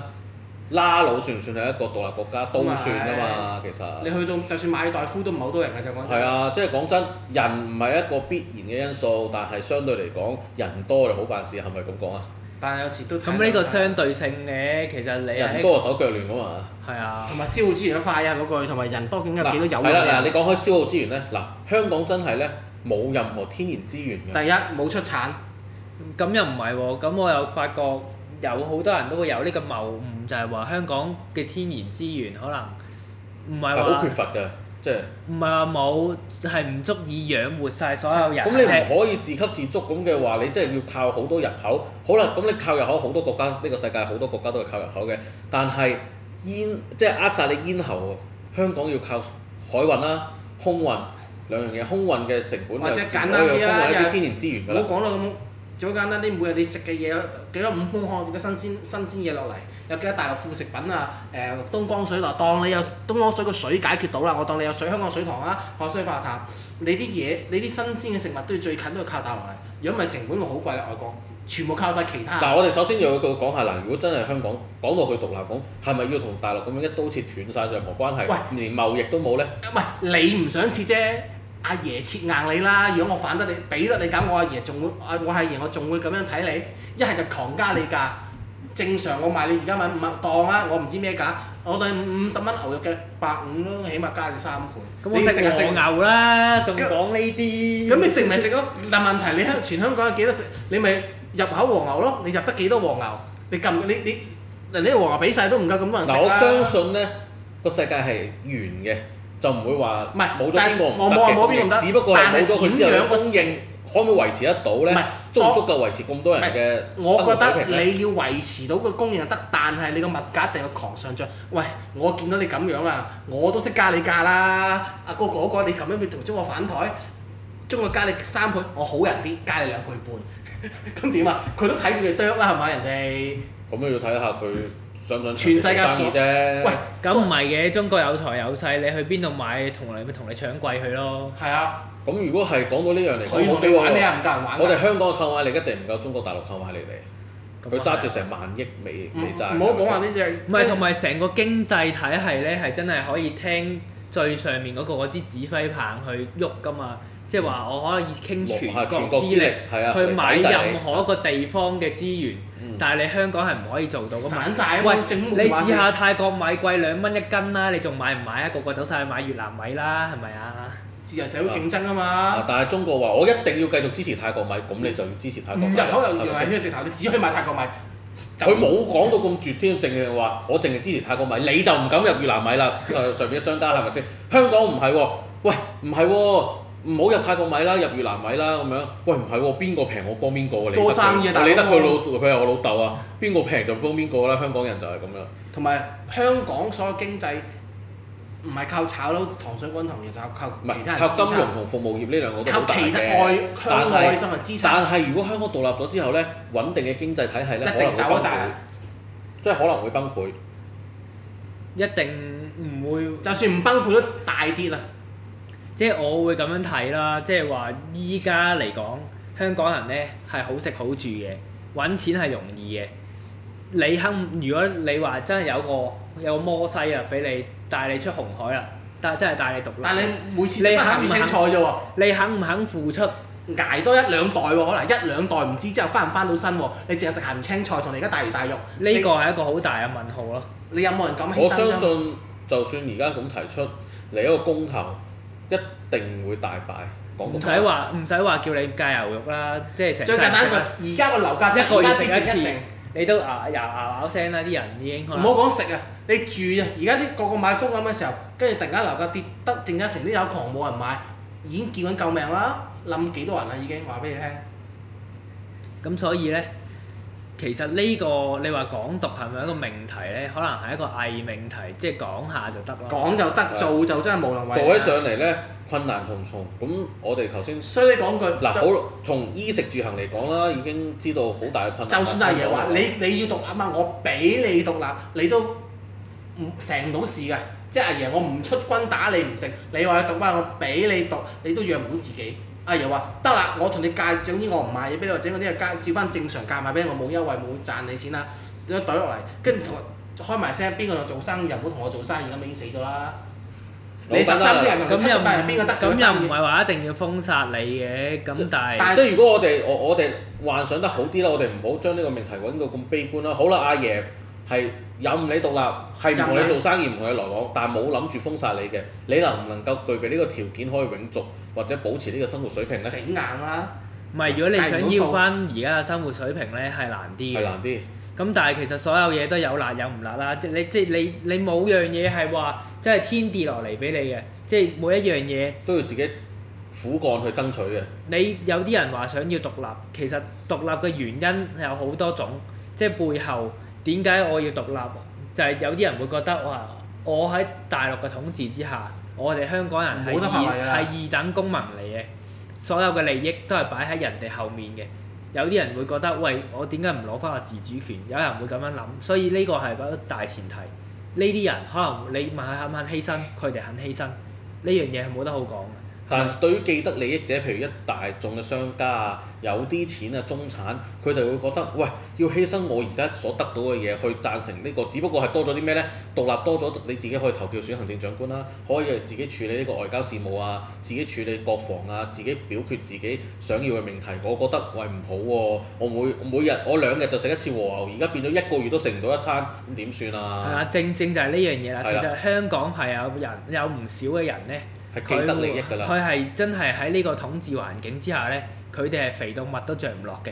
S1: 拉魯算唔算係一個獨立國家？都算噶嘛，其實。
S2: 你去到就算馬爾代夫都唔係好多人嘅，就講真
S1: 係。啊，即係講真，人唔係一個必然嘅因素，但係相對嚟講，人多就好辦事，係咪咁講啊？
S2: 但係有時都睇
S3: 咁呢個相對性嘅，其實你
S1: 人
S3: 係啊
S1: 多就手腳亂噶嘛。
S3: 係啊
S2: 同，埋消耗資源快啊嗰句，同埋人多點解有幾啊多有
S1: 係啦，嗱，
S3: 啊
S2: 嘅
S1: 你講開消耗資源咧，嗱，香港真係咧冇任何天然資源嘅。
S2: 第一冇出產，
S3: 咁又唔係喎。咁我又發覺有好多人都會有呢個謬誤，就係話香港嘅天然資源可能唔係
S1: 係好
S3: 話
S1: 缺乏嘅，即係
S3: 唔係話冇，係唔足以養活晒所有人。
S1: 咁你唔
S3: 啊即係
S1: 可以自給自足咁嘅話，你真係要靠好多人口。好啦，咁你靠人口，好多國家呢個世界好多國家都係靠人口嘅，但係煙即係扼殺你咽喉。香港要靠海運啦、空運兩樣嘢，空運嘅成本
S2: 或者
S1: 又佔
S2: 簡單啲啊啦
S1: 我又空運一
S2: 又
S1: 啲天然資源
S2: 唔
S1: 㗎
S2: 好
S1: 啦。
S2: 講到咁。最好簡單啲，每日你食嘅嘢幾多五豐漢嘅新鮮新鮮嘢落嚟，有幾多大陸副食品啊？誒、東江水落，當你有東江水個水解決到啦，我當你有水香港水塘啊，海水化淡，你啲嘢你啲新鮮嘅食物都要最近都要靠大陸嚟，如果唔係成本會好貴啦，外國全部靠晒其他人。
S1: 嗱，我哋首先要講下嗱，如果真係香港講到佢獨立講，係咪要同大陸咁樣一刀切斷晒任何關係，連貿易都冇呢？
S2: 唔係你唔想切啫，阿爺切硬你啦！如果我反得你，俾得你咁，我阿爺仲會，啊我阿爺我仲會咁樣睇你，一係就狂加你價。正常我賣你而家買五啊當啊，我唔知咩價，我對五十蚊牛肉嘅百五都起碼加你三倍。
S3: 咁我
S2: 你
S3: 食
S2: 日
S3: 和牛啦，仲講呢啲。
S2: 咁你食咪食咯？但問題你香全香港有幾多食？你咪入口和牛咯，你入得幾多和牛？你撳你你人哋和牛俾晒都唔夠咁多人啊食
S1: 嗱，我
S2: 啦
S1: 相信呢個世界係圓嘅，就唔會話
S2: 唔係
S1: 冇咗
S2: 但
S1: 邊個唔
S2: 冇
S1: 得
S2: 冇
S1: 嘅
S2: 冇邊個唔得
S1: 只不過係冇咗佢之後
S2: 但係點樣
S1: 嘅
S2: 個
S1: 供應可唔可以維持得到
S2: 唔
S1: 呢
S2: 係？
S1: 足
S2: 我
S1: 唔足夠維持咁多人嘅
S2: 我
S1: 生
S2: 覺
S1: 活水
S2: 得
S1: 平咧？
S2: 你要維持到個供應就得，但係你個物價一定要狂上漲。喂，我見到你咁樣啊，我都識加你價啦。阿哥嗰個你咁樣咪同中國反台，中國加你三倍，我好人啲，加你兩倍 半，咁點啊？佢都睇住你啄啦，係咪人哋？
S1: 咁樣要睇下佢想唔想
S2: 全世界
S1: 長期做生意啫。
S2: 喂，
S3: 咁唔係嘅，中國有財有勢，你去邊度買同你咪同你搶貴佢咯。
S2: 係啊，
S1: 咁如果係講到呢樣嚟講，
S2: 佢同
S1: 好
S2: 你
S1: 俾我
S2: 玩你啊又唔夠人玩㗎。
S1: 我哋香港嘅購買力一定唔夠中國大陸購買力嚟，
S3: 咁
S1: 佢
S3: 啊
S1: 揸住成萬億美
S2: 唔
S1: 美債。
S2: 嗯唔好講話呢只，
S3: 唔係，同埋成個經濟體系咧，係真係可以聽最上面嗰個嗰支指揮棒去喐噶嘛。即係話我可以傾全
S1: 係啊全
S3: 國
S1: 國
S3: 之
S1: 之
S3: 力
S1: 力係啊，
S3: 去買
S1: 抵制你
S3: 任何一個地方嘅資源，
S1: 嗯
S3: 但係你香港係唔可以做到噶嘛。
S2: 散晒啊嘛
S3: 喂，
S2: 政府
S3: 你
S2: 冇話
S3: 試下泰國米貴兩蚊一斤啦，你仲買唔買啊？個個走晒去買越南米啦，係咪啊？
S2: 自由社會競爭啊
S1: 啊
S2: 嘛，
S1: 但係中國話我一定要繼續支持泰國米，咁你就要支持泰
S2: 唔
S1: 國米
S2: 嗯入
S1: 啦。
S2: 口又
S1: 係咪
S2: 又
S1: 先
S2: 係呢個直頭，你只可以買泰國米。就
S1: 佢冇講到咁絕添，淨係話我淨係支持泰國米，你就唔敢入越南米啦。上上面嘅商家係咪先？香港唔係喎，喂唔係喎，唔好入泰國米啦，入越南米啦咁樣。喂唔係喎，邊個平我幫邊個啊？你得
S2: 多生意啊大佬
S1: 佢你得佢老佢係我老豆啊，邊個平就幫邊個啦。香港人就係咁樣。
S2: 同埋香港所有經濟唔係靠炒樓、糖水滾糖嘅，就係靠
S1: 唔
S2: 其他
S1: 係靠
S2: 人資
S1: 金融
S2: 產，
S1: 同服務業呢兩個都好
S2: 靠
S1: 大
S2: 其他
S1: 嘅
S2: 外。
S1: 但
S2: 向外
S1: 係
S2: 生嘅資產，
S1: 但係如果香港獨立咗之後咧，穩定嘅經濟體系咧，
S2: 一
S1: 可能
S2: 定
S1: 會
S2: 走
S1: 崩潰
S2: 一賺。，
S1: 即係可能會崩潰。
S3: 一定唔會。
S2: 就算唔崩潰都大跌啊！
S3: 即係我會咁樣睇啦，即係話依家嚟講，香港人咧係好食好住嘅，揾錢係容易嘅。你肯，如果你話真係有個有個摩西啊，俾你帶你出紅海啦，但真係帶你
S1: 嗯
S3: 獨
S2: 但
S3: 立。啊
S2: 係你每次食翻鹹魚青菜啫喎，
S3: 你肯唔肯付出？
S2: 捱多一兩代喎，可能一兩代唔知之後翻唔翻到身喎，你淨係食鹹魚青菜同你而家大魚大肉，
S3: 呢個係一個好大嘅問號咯。
S2: 你你有冇人咁
S1: 我
S2: 犧牲
S1: 相
S2: 啫？
S1: 信就算而家咁提出嚟一個公投，一定會大敗。港獨
S3: 唔
S2: 啊
S3: 使話唔使話叫你戒牛肉啦，即係成
S2: 最簡單一
S3: 世
S2: 句，
S3: 人
S2: 而家個樓價
S3: 一個月食
S2: 而家
S3: 一
S2: 變
S3: 次
S2: 成，
S3: 你都啊牙牙牙咬聲啦，啲人已經可
S2: 唔
S3: 能
S2: 好講食啊，你住啊，而家啲個個買公咁嘅時候，跟住突然間樓價跌得，突然間成啲有狂冇人買，已經叫緊救命啦！冧幾多人啦已經話俾你聽，
S3: 咁所以咧，其實呢、個你話港獨係咪一個命題咧？可能係一個偽命題，即係講下就得咯。
S2: 講就得，做就真係無能為力啊
S1: 做
S2: 啦。
S1: 起上嚟咧困難重重。咁我哋頭先
S2: 衰你講句，
S1: 嗱
S2: 就
S1: 好從衣食住行嚟講啦，已經知道好大嘅困難。
S2: 就算阿爺話你你要獨立嘛，我俾你獨立，你都唔成唔到事嘅。即係阿爺，我唔出軍打你唔成，你話你獨嘛，我俾你獨，你都養唔到自己。阿爺話得啦，我同你戒，總之我唔賣嘢俾你，或者嗰啲係戒照翻正常價賣俾你，我冇優惠冇賺你錢啦，咁樣袋落嚟，跟住同開埋聲，邊個做生意又唔好同我做生意，咁你已經死咗啦。你
S1: 老
S2: 十
S1: 闆
S2: 三
S1: 啦
S2: 億人民幣，
S3: 咁
S2: 七
S3: 又
S2: 十
S3: 唔
S2: 八人邊個得罪咗
S3: 咁又
S2: 生
S3: 唔
S2: 意？
S3: 係話一定要封殺你嘅，咁但係
S2: 但
S1: 即係如果我哋我我哋幻想得好啲啦，我哋唔好將呢個命題揾到咁悲觀啦。好啦，阿爺係任你獨立，係唔同
S2: 任
S1: 你
S2: 你
S1: 做生意，唔同你來往，但係冇諗住封殺你嘅。你能唔能夠具備呢個條件可以永續或者保持呢個生活水平呢？
S2: 死啊硬啦！
S3: 唔係如果你
S2: 計唔
S3: 想
S2: 到數
S3: 要翻而家嘅生活水平咧，係難
S1: 係
S3: 啲嘅。
S1: 難啲。
S3: 咁但係其實所有嘢都有辣有唔辣啦，即係你即係你你冇樣嘢係話即係天跌落嚟俾你嘅，即係每一樣嘢。
S1: 都要自己苦幹去爭取嘅。
S3: 你有啲人話想要獨立，其實獨立嘅原因有好多種，即係背後點解我要獨立，啊就係、有啲人會覺得哇，我喺大陸嘅統治之下，我哋香港人係
S2: 冇得發圍
S3: 二
S2: 啊
S3: 係二等公民嚟嘅，所有嘅利益都係擺喺人哋後面嘅。有啲人會覺得喂，我點解唔攞翻個自主權？有人會咁樣諗，所以呢個係一個大前提。呢啲人可能你問佢肯唔肯犧牲，佢哋肯犧牲，呢樣嘢係冇得好講嘅。係咪
S1: 但對於既得利益者，譬如一大眾嘅商家啊，有啲錢啊，中產，佢哋會覺得，喂，要犧牲我而家所得到嘅嘢去贊成呢、個，只不過係多咗啲咩呢？獨立多咗，你自己可以投票選行政長官啦，可以自己處理呢個外交事務啊，自己處理國防啊，自己表決自己想要嘅命題。我覺得喂唔好喎、我每每日我兩日就食一次和牛，而家變咗一個月都食唔到一餐，咁點算
S3: 係
S1: 啊？
S3: 啦，正正就係呢樣嘢啦。
S1: 係啦
S3: 其實香港係有人有唔少嘅人咧，
S1: 係
S3: 佢
S1: 既得利益㗎啦。
S3: 佢係真係喺呢個統治環境之下咧，佢哋係肥到乜都着唔落嘅。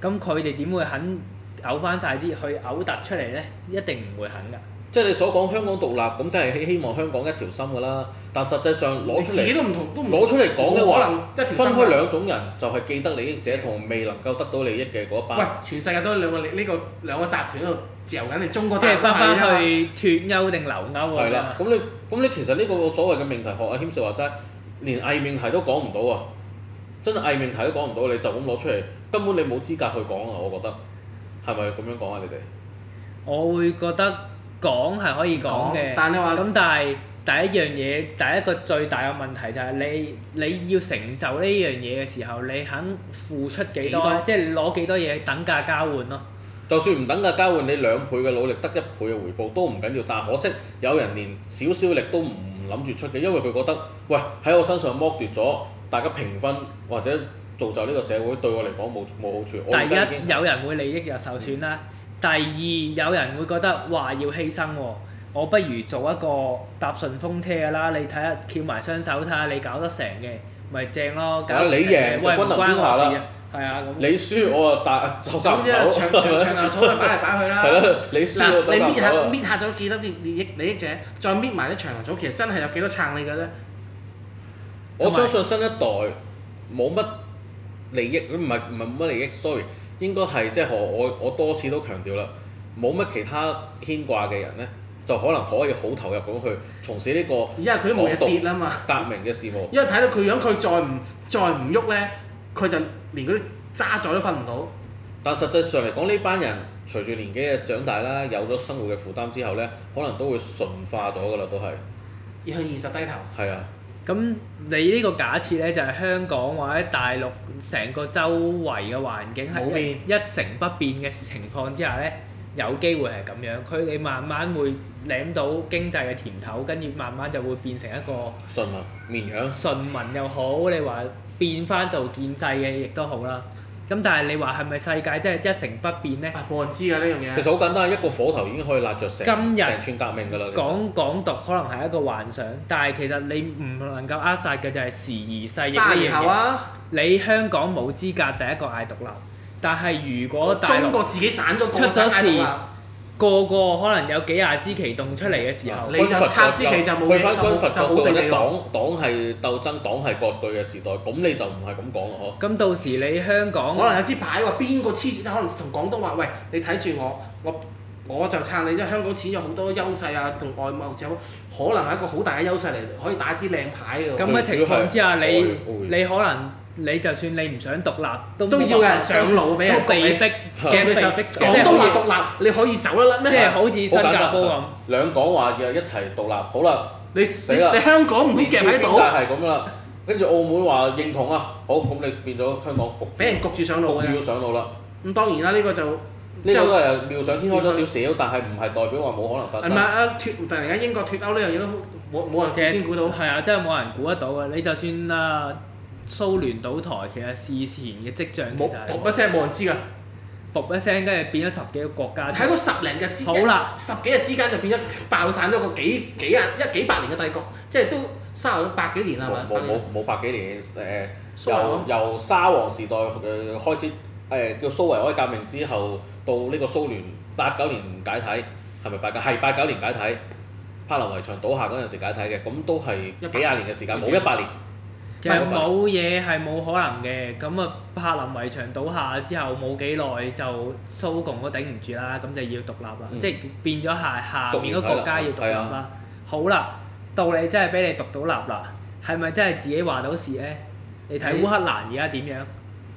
S3: 咁佢哋點會肯嘔翻晒啲去嘔突出嚟咧？一定唔會肯㗎。
S1: 即係你所講香港獨立，咁梗係希希望香港一條心㗎啦。但實際上攞
S2: 你
S1: 出
S2: 自己
S1: 嚟
S2: 都唔同，都唔
S1: 攞出嚟講嘅話，
S2: 冇可能一條
S1: 分
S2: 心啊
S1: 開兩種人，就係既得利益者同未能夠得到利益嘅嗰一
S2: 喂
S1: 班。，
S2: 全世界都兩個呢、個兩個集團喺度嚼緊，你
S1: 啊
S2: 中國
S3: 即係翻
S2: 翻
S3: 翻去脱歐定留
S1: 係
S3: 歐咁樣
S1: 啦，
S3: 啊。
S1: 咁你咁你其實呢個所謂嘅命題學，阿謙少話齋，連偽命題都講唔到啊！真係偽命題都講唔到，你就咁攞出嚟，根本你冇資格去講啊！我覺得係咪咁樣講啊？你哋
S3: 我會覺得講係可以講嘅。
S2: 但你話
S3: 咁但係第一樣嘢，第一個最大嘅問題就係你你要成就呢樣嘢嘅時候，你肯付出幾
S2: 幾
S3: 多
S2: 多
S3: 即係攞幾多嘢等價交換咯。
S1: 就算唔等價交換，你兩倍嘅努力得一倍嘅回報都唔緊要，但係可惜有人連少少力都唔諗住出嘅，因為佢覺得喂喺我身上剝奪咗大家平分或者造就呢個社會對我嚟講冇冇好處。我而
S3: 第
S1: 家已經
S3: 一有人會利益又受損啦，第二有人會覺得話要犧牲喎、我不如做一個搭順風車㗎啦，你睇下翹埋雙手睇下你搞得成嘅，咪正咯。搞得
S1: 你
S3: 成嘅
S1: 贏就
S3: 喂唔
S1: 君臨
S3: 關
S1: 天下
S3: 我
S1: 啦
S3: 事啊，係啊咁。
S1: 你輸我啊大走夾
S2: 總
S1: 唔
S2: 之啊，長長
S1: 到，
S2: 長牛草就擺嚟擺去 啦。
S1: 係咯，你輸我
S2: 嗱，
S1: 走
S2: 你
S1: 夾
S2: 搣
S1: 唔
S2: 下
S1: 到啊。
S2: 搣下咗幾多啲利益利益者，再搣埋啲長牛草，其實真係有幾多撐你嘅咧？
S1: 我相信新一代冇乜利益，唔係唔係冇乜利益，sorry，應該係即係我我我多次都強調啦，冇乜其他牽掛嘅人咧，就可能可以好投入咁去從事呢個
S2: 而家佢都冇嘢跌啦嘛，
S1: 革命嘅事務。
S2: 因為睇到佢樣，佢再唔再唔喐咧，佢就連嗰啲渣滓都分唔到。
S1: 但實際上嚟講，呢班人隨住年紀嘅長大啦，有咗生活嘅負擔之後咧，可能都會順化咗㗎啦，都係
S2: 要向現實低頭，
S1: 係啊，
S3: 咁你呢個假設咧，就係、香港或者大陸成個周圍嘅環境係
S2: 冇
S3: 一
S2: 變
S3: 一成不變嘅情況之下咧，有機會係咁樣。佢哋慢慢會舐到經濟嘅甜頭，跟住慢慢就會變成一個
S1: 順啊
S2: 啊
S1: 民綿羊。
S3: 順民又好，你話變翻做建制嘅亦都好啦。咁但係你話係咪世界真係一成不變呢？
S2: 啊冇人知㗎呢樣嘢。
S1: 其實好簡單，一個火頭已經可以焫着成
S3: 今日
S1: 成串革命㗎啦。其實
S3: 講港獨可能係一個幻想，但係其實你唔能夠扼殺嘅就係時移世易呢
S2: 卅年後
S3: 樣嘢。
S2: 啊，
S3: 你香港冇資格第一個嗌獨立，但係如果大
S2: 中
S3: 陸
S2: 國自己散咗個
S3: 出咗
S2: 世界
S3: 事
S2: 度啦，
S3: 個個可能有幾廿支旗動出嚟嘅時候，
S2: 你就
S1: 軍閥國
S2: 插支旗就冇
S1: 去翻
S2: 就
S1: 軍
S2: 冇
S1: 閥
S2: 就
S1: 國
S2: 冇
S1: 度
S2: 地
S1: 咧，
S2: 地喎
S1: 黨黨係鬥爭，黨係割據嘅時代，咁你就唔係咁講咯，
S3: 咁到時你香
S2: 可
S3: 港
S2: 能有支牌話邊個黐線，可能同廣東話喂，你睇住我，我我就撐你，因為香港錢有好多優勢啊，同外貿之可能係一個好大嘅優勢嚟，可以打支靚牌嘅喎。
S3: 咁嘅情況之下，
S1: 最主
S3: 你
S1: 要係愛愛
S3: 你可能你就算你唔想獨立，都
S2: 都
S3: 冇
S2: 要有
S3: 辦
S2: 人
S3: 法
S2: 上腦俾人
S3: 都
S2: 焗
S3: 被
S2: 你。
S3: 逼
S1: 係
S3: 嘅
S2: 你
S3: 被
S2: 上
S3: 逼，即
S2: 廣
S3: 係
S2: 東
S3: 好
S2: 話
S3: 似
S2: 獨立，你可以走得甩
S3: 即係
S2: 咩？
S3: 好似新
S1: 好簡
S3: 加
S1: 單
S3: 坡咁。
S1: 兩港話要一齊獨立，好啦，
S2: 你
S1: 死
S2: 你
S1: 啦
S2: 你香港唔會夾喺
S1: 但
S2: 度，
S1: 係咁啦，跟住澳門話認同啊，好，咁你變咗香港局
S2: 俾人焗住上腦嘅。
S1: 要上路啦。
S2: 咁當然啦，呢個就
S1: 呢
S2: 即
S1: 個
S2: 係
S1: 都係妙想天開咗少少，但係唔係代表話冇可能發
S2: 唔
S1: 生。
S2: 係啊？脱突然間英國脱歐呢樣嘢都冇冇人事先估到。
S3: 係啊，真係冇人估得到嘅。你就算啊蘇聯倒台，其實事前嘅跡象其
S2: 冇
S3: 實係
S2: 噗一聲冇人知㗎，
S3: 噗一聲，跟住變咗十幾個國家出
S2: 喺
S3: 嚟。
S2: 嗰啊十零日之間
S3: 好啦，
S2: 十幾日之間就變咗爆散咗個幾幾廿一幾百年嘅帝國，即係都沙咗百幾年啊啦，係咪？
S1: 冇冇冇百幾年誒，
S2: 蘇維
S1: 由
S2: 埃
S1: 由沙皇時代誒開始誒叫蘇維埃革命之後，到呢個蘇聯八九年解體，係咪八九？係八九年解體，柏林圍牆倒下嗰陣時解體嘅，咁都係
S2: 一百
S1: 幾廿年嘅時間，冇一百年。
S3: 其實冇嘢係冇可能嘅。咁啊，柏林圍牆倒下之後冇幾耐就蘇共都頂唔住啦，咁就要獨立啦，
S1: 嗯
S3: 即係變咗下下面嗰
S1: 獨立
S3: 國家要獨立
S1: 係啊
S3: 啦。好啦，到你真係俾你獨到立啦，係咪真係自己話到事咧？你睇烏克蘭而家點樣？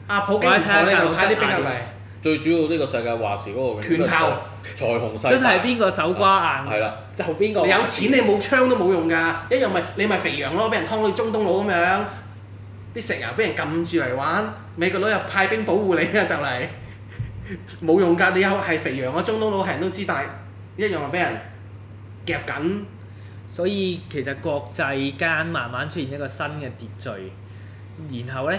S2: 阿普京唔妥你就派啲兵入
S3: 我
S2: 嚟，
S1: 最主要呢個世界話事嗰個
S2: 拳頭
S1: 財雄勢大
S3: 真係邊個手瓜
S1: 係
S3: 硬
S1: 啦，
S3: 就邊個
S2: 你有
S3: 話事
S2: 錢你冇槍都冇用㗎，一樣咪你咪肥羊咯，俾人劏到中東佬咁樣，啲石油俾人撳住嚟玩，美國佬又派兵保護你啊就嚟，冇用㗎，你有係肥羊啊，中東佬係人都知，但係一樣係俾人夾緊。
S3: 所以其實國際間慢慢出現一個新嘅秩序，然後呢，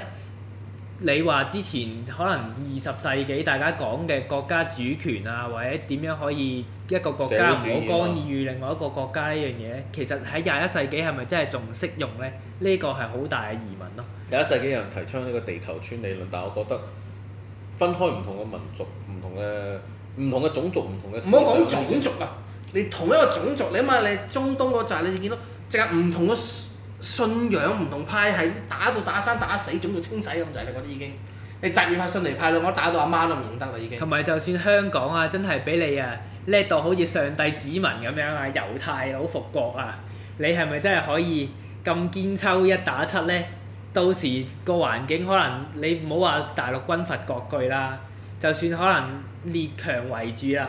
S3: 你話之前可能二十世紀大家講嘅國家主權啊，或者點樣可以一個國家唔好
S1: 社會主義啊
S3: 干預另外一個國家呢樣嘢，其實喺廿一世紀係咪真係仲適用呢？呢個係好大嘅疑問咯。
S1: 有一世紀有人提倡呢個地球村理論，但我覺得分開唔同嘅民族、唔同嘅唔同嘅種族、唔同嘅
S2: 唔
S1: 思
S2: 好講
S1: 想
S2: 種族啊！你同一個種族，你諗下你中東嗰陣，你見到即係唔同嘅信仰、唔同派系，打到打生打死，種族清洗咁滯啦！嗰啲已經，你什葉派、遜尼派兩個打到阿媽都唔認得啦已經。
S3: 同埋就算香港啊，真係俾你啊叻到好似上帝子民咁樣啊，猶太佬復國啊，你係咪真係可以咁堅秋一打七呢？到時個環境可能你唔好話大陸軍閥割據啦，就算可能列強為主啦，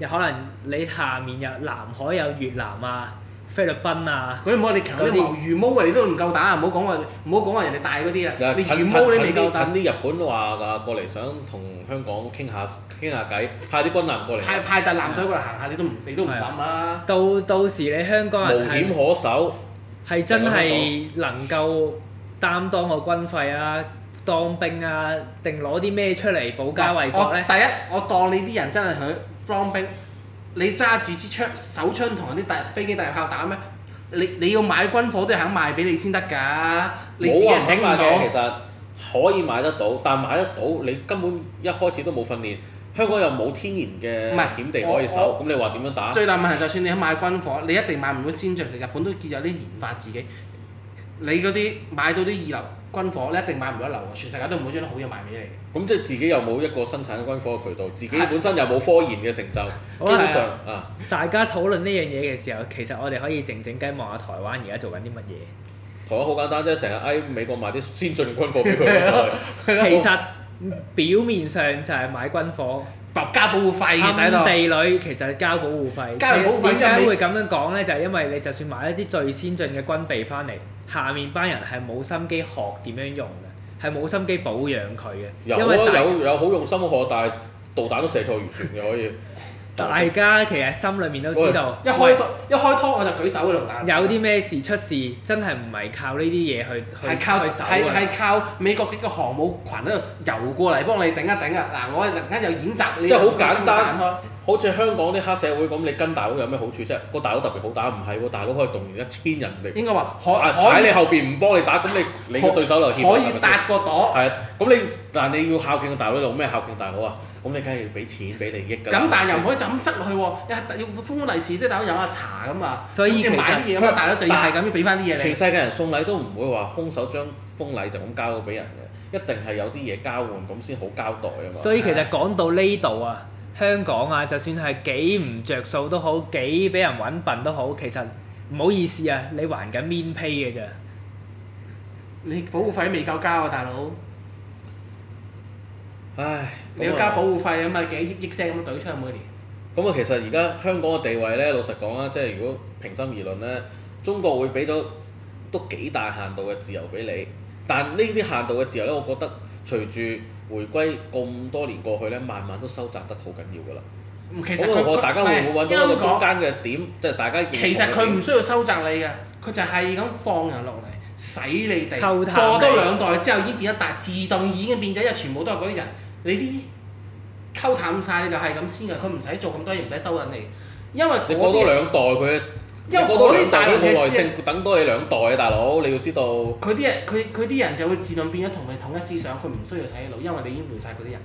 S3: 又可能你下面有南海有越南啊、菲律賓啊，
S2: 嗰啲唔好你強
S3: 嗰
S2: 啲
S3: 啲
S2: 毛魚毛啊，你都唔夠打，唔好講話唔好講話人哋大嗰啲
S1: 有
S2: 啊，
S1: 人
S2: 你
S1: 近
S2: 魚
S1: 近
S2: 毛你未夠打，
S1: 近啲日本話啊過嚟想同香港傾下傾下偈，派啲軍艦過嚟，
S2: 派派隻艦隊過嚟行下，你都唔你都唔
S3: 係啊
S2: 諗啦。
S3: 到到時你香港
S1: 無
S3: 人係
S1: 險可守。
S3: 係真係能夠擔當個軍費啊、當兵啊，定攞啲咩出嚟保家衛國
S2: 我
S3: 咧？
S2: 哦第一，我當你啲人真係去當兵，你揸住支槍手槍同人啲大飛機大炮打咩？你你要買軍火都要肯賣俾你先得㗎，你自己
S1: 冇話
S2: 人
S1: 唔
S2: 整
S1: 肯
S2: 唔
S1: 買
S2: 到。
S1: 嘅，其實可以買得到，但買得到你根本一開始都冇訓練，香港又冇天
S2: 唔
S1: 然
S2: 係
S1: 嘅險地可以守，咁你話點樣打？
S2: 最大問題就算你肯買軍火，你一定買唔到先進，其實日本都叫有啲研發自己。你嗰啲買到啲二流軍火，你一定買唔到一流喎，全世界都唔會將啲好嘢賣俾你。
S1: 咁即係自己又冇一個生產軍火嘅渠道，自己本身又冇科研嘅成就，基
S3: 好啦
S1: 本上啊，
S3: 大家討論呢樣嘢嘅時候，其實我哋可以靜靜雞望下台灣而家做緊啲乜嘢。
S1: 台灣好簡單啫，成日嗌美國買啲先進軍火俾佢哋 就係。
S3: 其實表面上就係買軍火，
S2: 交保護費嘅喺
S3: 暗
S2: 度，
S3: 地裏其實交保護費。
S2: 交完保護費
S3: 點
S2: 之後
S3: 解
S2: 你
S3: 會咁樣講呢？就係因為你就算買一啲最先進嘅軍備翻嚟，下面班人係冇心機學點樣用嘅，係冇心機保養佢嘅。
S1: 有
S2: 啊
S3: 因為大
S1: 啊，有有好用心學，但係導彈都射錯漁船嘅可以。
S3: 大家其實心裏面都知道，
S2: 一開一開拖我就舉手嗰度打。
S3: 有啲咩事出事，真係唔係靠呢啲嘢去去
S2: 係靠
S3: 去
S1: 啊
S3: 守
S2: 係
S3: 嘅。
S2: 係靠美國嘅個航母群喺度游過嚟幫你頂一頂啊！嗱，我哋突然間有演習，你
S1: 即係好
S2: 又將
S1: 簡
S2: 佢
S1: 單
S2: 彈開
S1: 好似香港啲黑社會咁，你跟大佬有咩好處啫？個大佬特別好打，唔係喎，大佬可以動員一千人力，
S2: 應該話
S1: 啊
S2: 可可
S1: 喺
S2: 以
S1: 你後邊唔幫你打，咁你你個對手就怯啦
S2: 可
S1: 係咪
S2: 以
S1: 先
S2: 搭個朵。
S1: 係啊，咁你但你要孝敬個大佬，你用咩孝敬大佬啊？咁你梗係要俾錢俾利益㗎啦。
S2: 咁但係又唔可以就咁執落去喎，要封封利是即係大佬飲下茶咁啊，
S3: 所以
S2: 即係買啲
S3: 其
S2: 嘢咁啊，大佬就要係咁要俾翻啲嘢
S1: 全
S2: 你。
S1: 世界人送禮都唔會話空手將封禮就咁交咗俾人嘅，一定係有啲嘢交換咁先好交代啊嘛。
S3: 所以其實講到呢度啊，香港啊，就算係幾唔着數都好，幾俾人揾笨都好，其實唔好意思啊，你還緊面 pay 嘅咋。
S2: 你保護費未夠交啊，大佬！
S1: 唉，
S2: 你要
S1: 咁啊
S2: 交保護費咁啊，幾億億聲咁懟出去每年。
S1: 咁啊，其實而家香港嘅地位咧，老實講啊啦，即係如果平心而論咧，中國會俾咗都幾大限度嘅自由俾你，但呢啲限度嘅自由咧，我覺得隨住回歸咁多年過去咧，慢慢都收窄得好緊要㗎啦。
S2: 其實
S1: 咁啊
S2: 佢
S1: 我大家會唔會揾到一個
S2: 唔係
S1: 中
S2: 啱講
S1: 間嘅點，即係大家認同嘅點
S2: 其實佢唔需要收窄你嘅，佢就係咁放人落嚟，洗你哋。
S3: 偷
S2: 過
S3: 探
S2: 多
S3: 你
S2: 兩代之後已經變一大，自動已經變咗，因為全部都係嗰啲人，你啲溝淡晒你就係咁先嘅，佢唔使做咁多嘢，唔使收緊你，因為
S1: 你
S2: 嗰
S1: 過多
S2: 啲人
S1: 兩代佢，
S2: 因為
S1: 你過多
S2: 嗰
S1: 兩
S2: 啲大
S1: 代
S2: 陸
S1: 佢冇
S2: 嘅
S1: 耐
S2: 思
S1: 性，等多你兩代啊，大佬，你要知道。
S2: 佢啲人佢佢啲人就會自動變咗同你統一思想，佢唔需要洗腦，因為你已經換晒嗰啲人，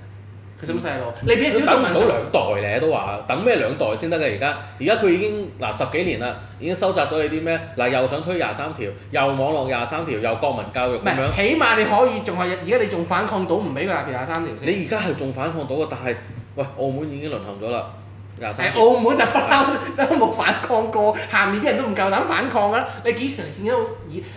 S2: 佢使乜洗腦？你俾
S1: 都
S2: 少數
S1: 等唔
S2: 民
S1: 到
S2: 族。
S1: 兩代咧，都話等咩兩代先得嘅？而家而家佢已經嗱十幾年啦，已經收窄咗你啲咩嗱，又想推廿三條，又網絡廿三條，又國民教育
S2: 唔
S1: 咁樣
S2: 係，。起碼你可以仲係而家你仲反抗到唔俾佢立廿三條先。
S1: 你而家係仲反抗到嘅，但係喂，澳門已經淪陷咗啦，廿三
S2: 誒
S1: 條。
S2: 澳門就不嬲 都冇反抗過，下面啲人都唔夠膽反抗㗎啦。你幾時先有？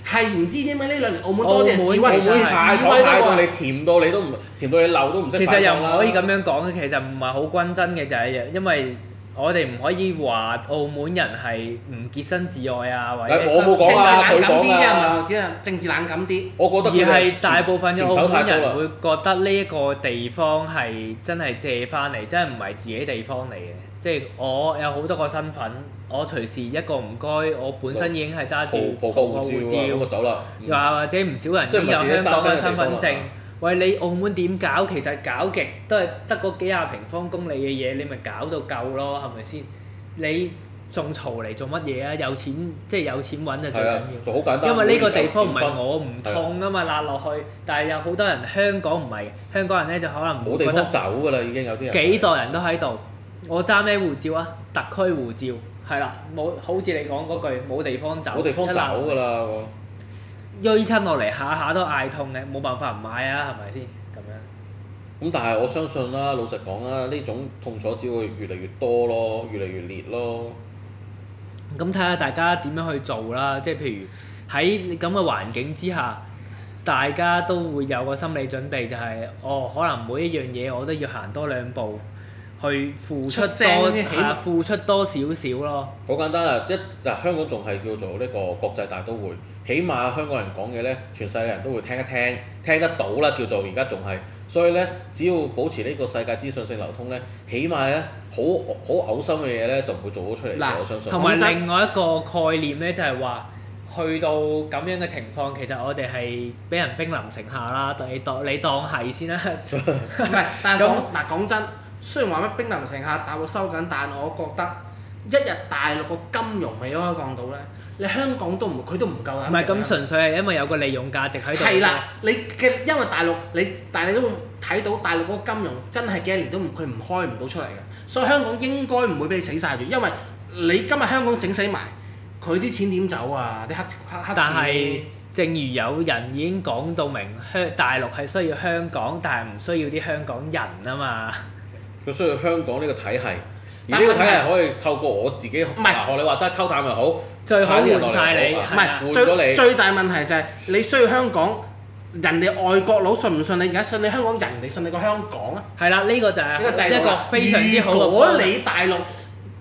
S2: 係唔知點解呢兩年澳門多啲人示威，
S3: 澳
S2: 示
S3: 門
S1: 澳
S2: 威
S1: 門派糖派到
S2: 多啊
S1: 你甜到你都唔甜到你漏都唔識
S3: 其實
S1: 反
S3: 又
S1: 抗啦。
S3: 唔可以咁樣講嘅，其實唔係好均真嘅就係因為我哋唔可以話澳門人係唔潔身自愛啊，或者
S1: 誒我冇講啊
S2: 政治冷感
S1: 佢講
S2: 啲
S1: 啊
S2: 啊，即係政治冷感啲。
S1: 我覺
S3: 而
S1: 得佢哋
S3: 係大部分嘅
S1: 甜頭
S3: 澳門
S1: 太高
S3: 人
S1: 啦
S3: 會覺得呢一個地方係真係借翻嚟，真係唔係自己地方嚟嘅。即係我有好多個身份，我隨時一個唔該，我本身已經係揸住
S1: 葡葡
S3: 葡
S1: 國
S3: 國
S1: 護照啊，咁
S3: 護
S1: 就
S3: 照，
S1: 走啦。嗯
S3: 又或者唔少人已
S1: 即係
S3: 經
S1: 唔係自己
S3: 有香港嘅
S1: 生根
S3: 身
S1: 嘅地
S3: 份
S1: 方啊
S3: 證
S1: 啦。
S3: 喂，你澳門點搞？其實搞極都係得嗰幾廿平方公里嘅嘢，你咪搞到夠咯，係咪先？你仲嘈嚟做乜嘢啊？有錢即係有錢揾就最緊
S1: 係啊就
S3: 要，。
S1: 好簡單。
S3: 因為呢個地方唔係
S1: 冇
S3: 我唔痛啊嘛，辣落去。但係有好多人香港唔係，香港人咧就可能
S1: 冇地
S3: 會覺
S1: 方
S3: 得
S1: 走㗎啦，已經有啲人
S3: 幾代人都喺度。我揸咩護照啊？特區護照係啦，冇好似你講嗰句冇地方走，
S1: 冇地方走㗎啦。我
S3: 一鬧，追親落嚟下下都嗌痛嘅，冇辦法唔嗌啊，係咪先咁樣？
S1: 咁但係我相信啦，老實講啦，呢種痛楚只會越嚟越多咯，越嚟越烈咯。
S3: 咁睇下大家點樣去做啦，即係譬如喺咁嘅環境之下。大家都會有個心理準備，就係、哦，可能每一樣嘢我都要行多兩步，去付出
S2: 出聲
S3: 多
S2: 先起碼
S3: 啊付出多少少咯。
S1: 好簡單啊！一嗱香港仲係叫做呢個國際大都會，起碼香港人講嘢呢，全世界人都會聽一聽，聽得到啦，叫做而家仲係。所以呢，只要保持呢個世界資訊性流通呢，起碼呢，好好嘔心嘅嘢呢，就唔會做咗出嚟嘅。
S2: 嗱
S1: 我相信
S3: 同埋
S2: 講真
S3: 另外一個概念咧，就係話去到咁樣嘅情況，其實我哋係俾人兵臨城下啦。你當你當係先啦。
S2: 唔 係，但係
S3: 咁
S2: 講嗱講真，雖然話咩兵臨城下，大陸收緊，但我覺得一日大陸個金融未開放到咧，你香港都唔佢都唔夠膽。
S3: 唔 係咁純粹係因為有個利用價值喺度。
S2: 啊係啦，你嘅因為大陸你，但係你都睇到大陸嗰個金融真係幾多年都唔佢唔開唔到出嚟嘅，所以香港應該唔會俾你死晒住，因為你今日香港整死埋，佢啲錢點走啊？啲黑黑黑
S3: 但係
S2: 錢
S3: 正如有人已經講到明，香大陸係需要香港，但係唔需要啲香港人啊嘛。
S1: 佢需要香港呢個體系，而
S2: 但
S1: 呢個體
S2: 問
S1: 系可以透過我自己，
S2: 係
S1: 嗱學你話齋溝淡又好，
S3: 最好換晒你，
S1: 唔係
S2: 唔
S3: 係
S1: 換
S3: 啊
S2: 係
S1: 咗你
S2: 最最大問題就係你需要香港人哋外國佬信唔信你？而家信你香港人，你信你個香港啊？
S3: 係啦，呢個就
S2: 呢個制
S3: 係
S2: 度
S3: 一個
S2: 啦
S3: 非常之好
S2: 如
S3: 嘅
S2: 果
S3: 方法。
S2: 你大陸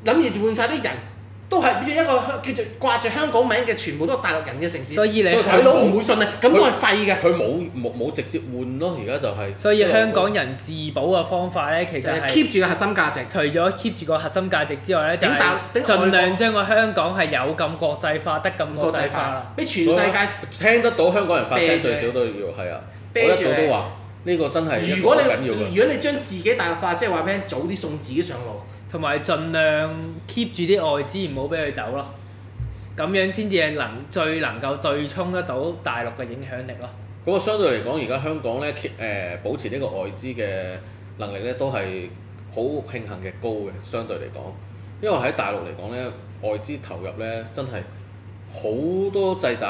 S2: 諗住換晒啲人，都係變咗一個香叫做掛住香港名嘅，全部都係大陸人嘅城市。
S3: 所以你
S1: 所以
S2: 鬼佬唔會信啊，咁都係廢嘅。
S1: 佢冇冇冇直接換咯，而家就係、
S3: 所以香港人自保嘅方法咧，其實
S2: 誒
S3: 係
S2: keep 住個核心價值。
S3: 除咗 keep 住個核心價值之外咧，就
S2: 頂
S3: 係
S2: 大頂外國
S3: 盡量將個香港係有咁國際化，得咁國際化啦。，
S2: 俾全世界
S1: 聽得到香港人發聲
S2: 啤住
S1: 最
S2: 你
S1: 少都要係啊！我
S2: 啤
S1: 一
S2: 住
S1: 早都
S2: 你。
S1: 話呢個真係一個
S2: 如果
S1: 好
S2: 你
S1: 緊要嘅。
S2: 如果你將自己大陸化，即係話俾人早啲送自己上路，
S3: 同埋盡量 keep 住啲外資唔好俾佢走咯，咁樣先至係能最能夠對沖得到大陸嘅影響力咯。
S1: 咁我相對嚟講，而家香港咧誒、保持呢個外資嘅能力咧，都係好慶幸嘅高嘅，相對嚟講。因為喺大陸嚟講咧，外資投入咧真係好多掣肘，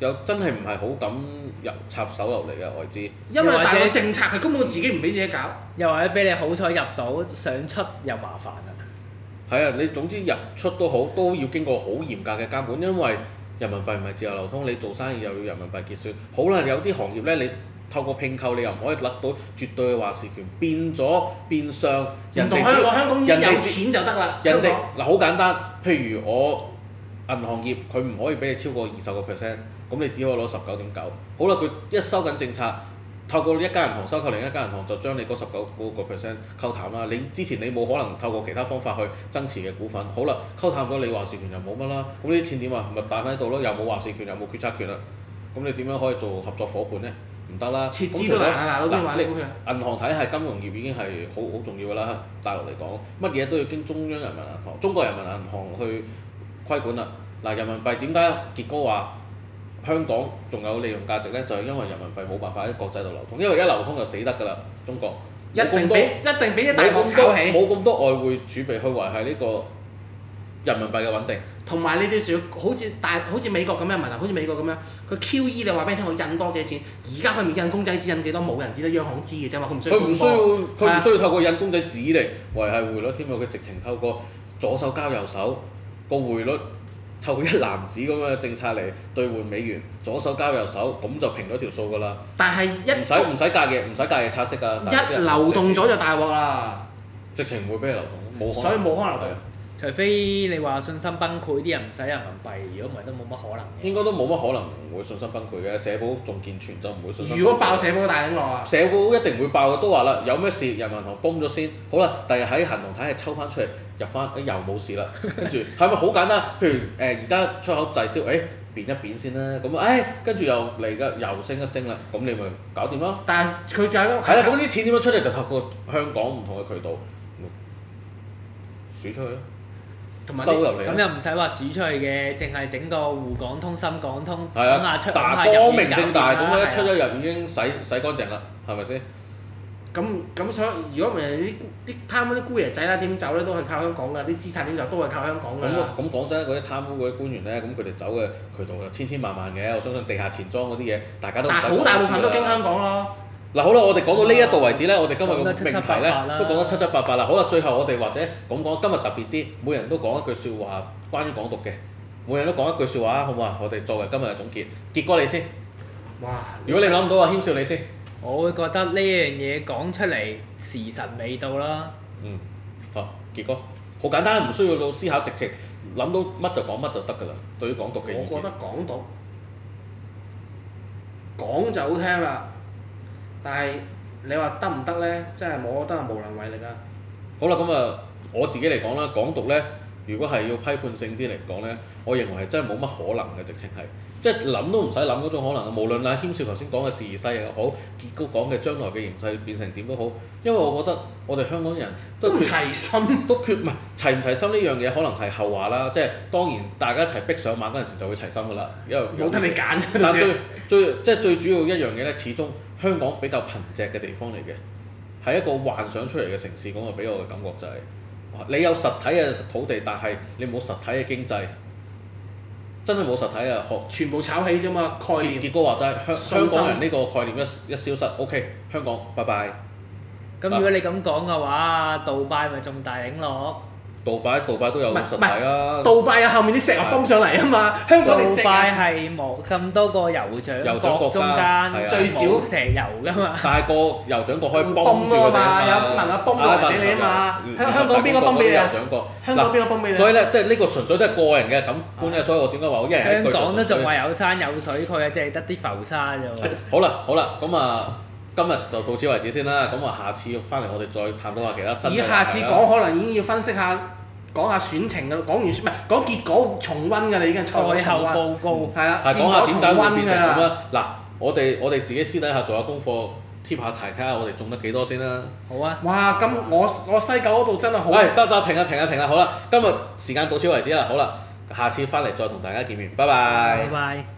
S1: 有真係唔係好敢入插手落嚟嘅外資。
S2: 因為
S3: 又或者
S2: 大陸政策佢根本自己唔俾自己搞。
S3: 又或者俾你好彩入到，想出又麻煩啦。
S1: 係啊，你總之入出都好，都要經過好嚴格嘅監管，因為人民幣唔係自由流通，你做生意又要人民幣結算。好啦，有啲行業咧，你透過拼購，你又唔可以甩到絕對嘅話事權，變咗變相人
S2: 唔
S1: 哋
S2: 同香港，香港已經
S1: 人哋
S2: 有錢就得啦。
S1: 人哋啊
S2: 香港
S1: 嗱好簡單，譬如我銀行業佢唔可以俾你超過二十個 percent，咁你只可以攞十九點九。好啦，佢一收緊政策，透過一間銀行收購另一間銀行，就將你嗰十九個 percent 溝淡啦。你之前你冇可能透過其他方法去增持嘅股份，好啦，溝淡咗你話事權又冇乜啦。咁呢啲錢點啊？咪彈喺度咯，又冇話事權，又冇決策權啦。咁你點樣可以做合作伙伴呢？唔得啦，
S2: 設
S1: 咁
S2: 置
S1: 除
S2: 都
S1: 咗
S2: 難啊，大佬邊
S1: 嗱
S2: 玩
S1: 你
S2: 呢股票？
S1: 銀行體系金融業已經係好好重要㗎啦，大陸嚟講，乜嘢都要經中央人民銀行、中國人民銀行去規管啦。嗱，人民幣點解傑哥話香港仲有利用價值呢？就係、因為人民幣冇辦法喺國際度流通，因為一流通就死得㗎啦，中國
S2: 一定俾一定俾啲大
S1: 冇
S2: 陸
S1: 咁多
S2: 炒起，
S1: 冇咁多外匯儲備去維係呢個人民幣嘅穩定。
S2: 同埋你哋仲要好似大好似美國咁樣，唔啊係好似美國咁樣，佢 QE 你話俾你聽，我印多幾錢，而家佢唔印公仔紙印幾多，冇人知得央行知嘅啫嘛，佢唔需要
S1: 佢唔
S2: 公
S1: 需要
S2: 佈。
S1: 佢唔需要透過印公仔紙嚟維係匯率添啊！佢直情透過左手交右手個匯率，透過一籃子咁樣嘅政策嚟兌換美元，左手交右手咁就平咗條數㗎啦，
S2: 但係
S1: 唔使唔
S2: 一
S1: 使隔夜唔使隔夜拆息㗎，大陸
S2: 一
S1: 人
S2: 流動咗就大鑊啦，
S1: 直情唔會俾你流動，冇可
S2: 所以
S1: 能。
S2: 冇可能流動。
S3: 除非你話信心崩潰，啲人唔使人民幣，如果唔係都冇乜可能嘅。
S1: 應該都冇乜可能唔會信心崩潰嘅，社保仲健全就唔會信心崩潰。
S2: 如果爆社保大頂落啊！
S1: 社保一定會爆嘅，都話啦，有咩事人民銀行崩咗先，好啦，第日喺行動體系抽翻出嚟入翻，誒又冇事啦，跟住係咪好簡單？譬如誒而家出口滯銷，誒、變一變先啦，咁誒跟住又嚟嘅又升一升啦，咁你咪搞掂咯。
S2: 但係佢就係嗰個
S1: 係啦，咁啲錢點樣出嚟就透過香港唔同嘅渠道，輸出去咯，
S2: 同埋啲
S1: 收入嚟
S3: 咁
S1: 咯。
S3: 又唔使話鼠出去嘅，淨係整個滬港通、深港通，
S1: 係
S3: 等下
S1: 啊
S3: 出，等
S1: 大
S3: 下
S1: 光
S3: 入啊
S1: 明正大咁樣一出
S3: 咗。
S1: 咗入已經洗洗乾淨啦，係咪先？
S2: 咁咁所以如果唔係啲姑啲貪嗰啲姑爺仔啦點走咧都係靠香港㗎，啲資產點走都係靠香港㗎
S1: 咁啊
S2: 啦。
S1: 咁講真，嗰啲貪污嗰啲官員咧，咁佢哋走嘅渠道就千千萬萬嘅，我相信地下錢莊嗰啲嘢，大家都唔
S2: 但係
S1: 使
S2: 好大部分都啊經
S1: 講啦
S2: 香港咯。
S1: 嗱好啦，我哋講到呢一度為止咧，我哋今日個
S3: 講得
S1: 命
S3: 七
S1: 題
S3: 七八
S1: 咧
S3: 八啦
S1: 都講得七七八八啦。好啦，最後我哋或者咁講，今日特別啲，每人都講一句説話關於港獨嘅，每人都講一句説話啊，好唔好啊？我哋作為今日嘅總結，結果你先。
S2: 哇！
S1: 如果你諗唔到啊，謙少你先。
S3: 我會覺得呢樣嘢講出嚟時辰未到啦。
S1: 嗯，好，結果好簡單，唔需要到思考，直情諗到乜就講乜就得㗎啦。對於港獨嘅
S2: 我
S1: 意
S2: 覺
S1: 見
S2: 得，港獨講就好聽啦，但係你話得唔得咧？真係我覺得係無能為力啊！
S1: 好啦，咁啊，我自己嚟講啦，港獨咧，如果係要批判性啲嚟講咧，我認為係真係冇乜可能嘅，直情係，即係諗都唔使諗嗰種可能。無論阿謙少頭先講嘅時勢又好，傑哥講嘅將來嘅形勢變成點都好，因為我覺得我哋香港人
S2: 都
S1: 都
S2: 唔
S1: 缺
S2: 齊心，
S1: 都缺唔係齊唔齊心呢樣嘢，可能係後話啦。即係當然大家一齊逼上馬嗰陣時就會齊心㗎啦，因為
S2: 冇得你揀。到
S1: 但
S2: 時
S1: 最最即係最主要一樣嘢咧，始終香港比較貧瘠嘅地方嚟嘅，係一個幻想出嚟嘅城市，咁啊俾我嘅感覺就係、哇你有實體嘅土地，但係你冇實體嘅經濟，真係冇實體啊！學
S2: 全部炒起啫嘛，概
S1: 結
S2: 念。
S1: 結果話齋，香香
S2: 信心
S1: 港人呢個概念一一消失，OK，香港拜拜，啊
S3: 咁如果你咁講嘅話，杜拜咪仲大領落。
S1: 杜拜杜拜都有
S2: 唔係
S1: 實
S2: 唔係
S1: 體啦，
S2: 杜拜啊，後面啲石油泵上嚟啊嘛，香港啲
S3: 杜
S2: 石
S3: 拜
S2: 油
S3: 係冇咁多個酋長
S1: 酋長國
S3: 中
S1: 家係
S3: 間
S1: 啊
S2: 最少
S3: 冇石油噶嘛，
S1: 但係個酋長國可以
S2: 會
S1: 幫住
S2: 泵
S1: 佢
S2: 啊
S1: 哋啊
S2: 嘛有能夠泵落嚟俾你啊嘛
S1: 嗯
S2: 香香港邊個泵俾你啊
S1: 酋長國
S2: 香港
S1: 嗱
S2: 邊個泵俾你啊？
S1: 所以咧，即係呢個純粹都係個人嘅感官啊咧，所以我點解話我一人
S3: 香
S1: 一句就
S3: 港都
S1: 純粹
S3: 仲話有山有水，佢啊淨係得啲浮沙啫喎。
S1: 好啦，好啦，咁啊，今日就到此為止先啦。咁啊，下次翻嚟我哋再探討下其他新嘅
S2: 以下次
S1: 話題啦
S2: 講可能已經要分析下，講下選情噶啦，講完唔係講結果重温㗎啦，已經賽
S3: 賽
S2: 後
S3: 後
S2: 重温，
S3: 報告
S2: 係啦，
S1: 係講下點
S2: 結
S1: 解
S2: 果重
S1: 會
S2: 温啊
S1: 變
S2: 㗎
S1: 成咁啊
S2: 啦，
S1: 啦。嗱，我哋我哋自己私底下做下功課，貼下題，睇下我哋中得幾多先啦。
S3: 好啊，
S2: 哇！咁我我西九嗰度真係好，
S1: 喂，得得，停啊停啊停啊，好啦，今日時間到此為止啦，好啦，下次翻嚟再同大家見面，拜拜
S3: 拜。拜。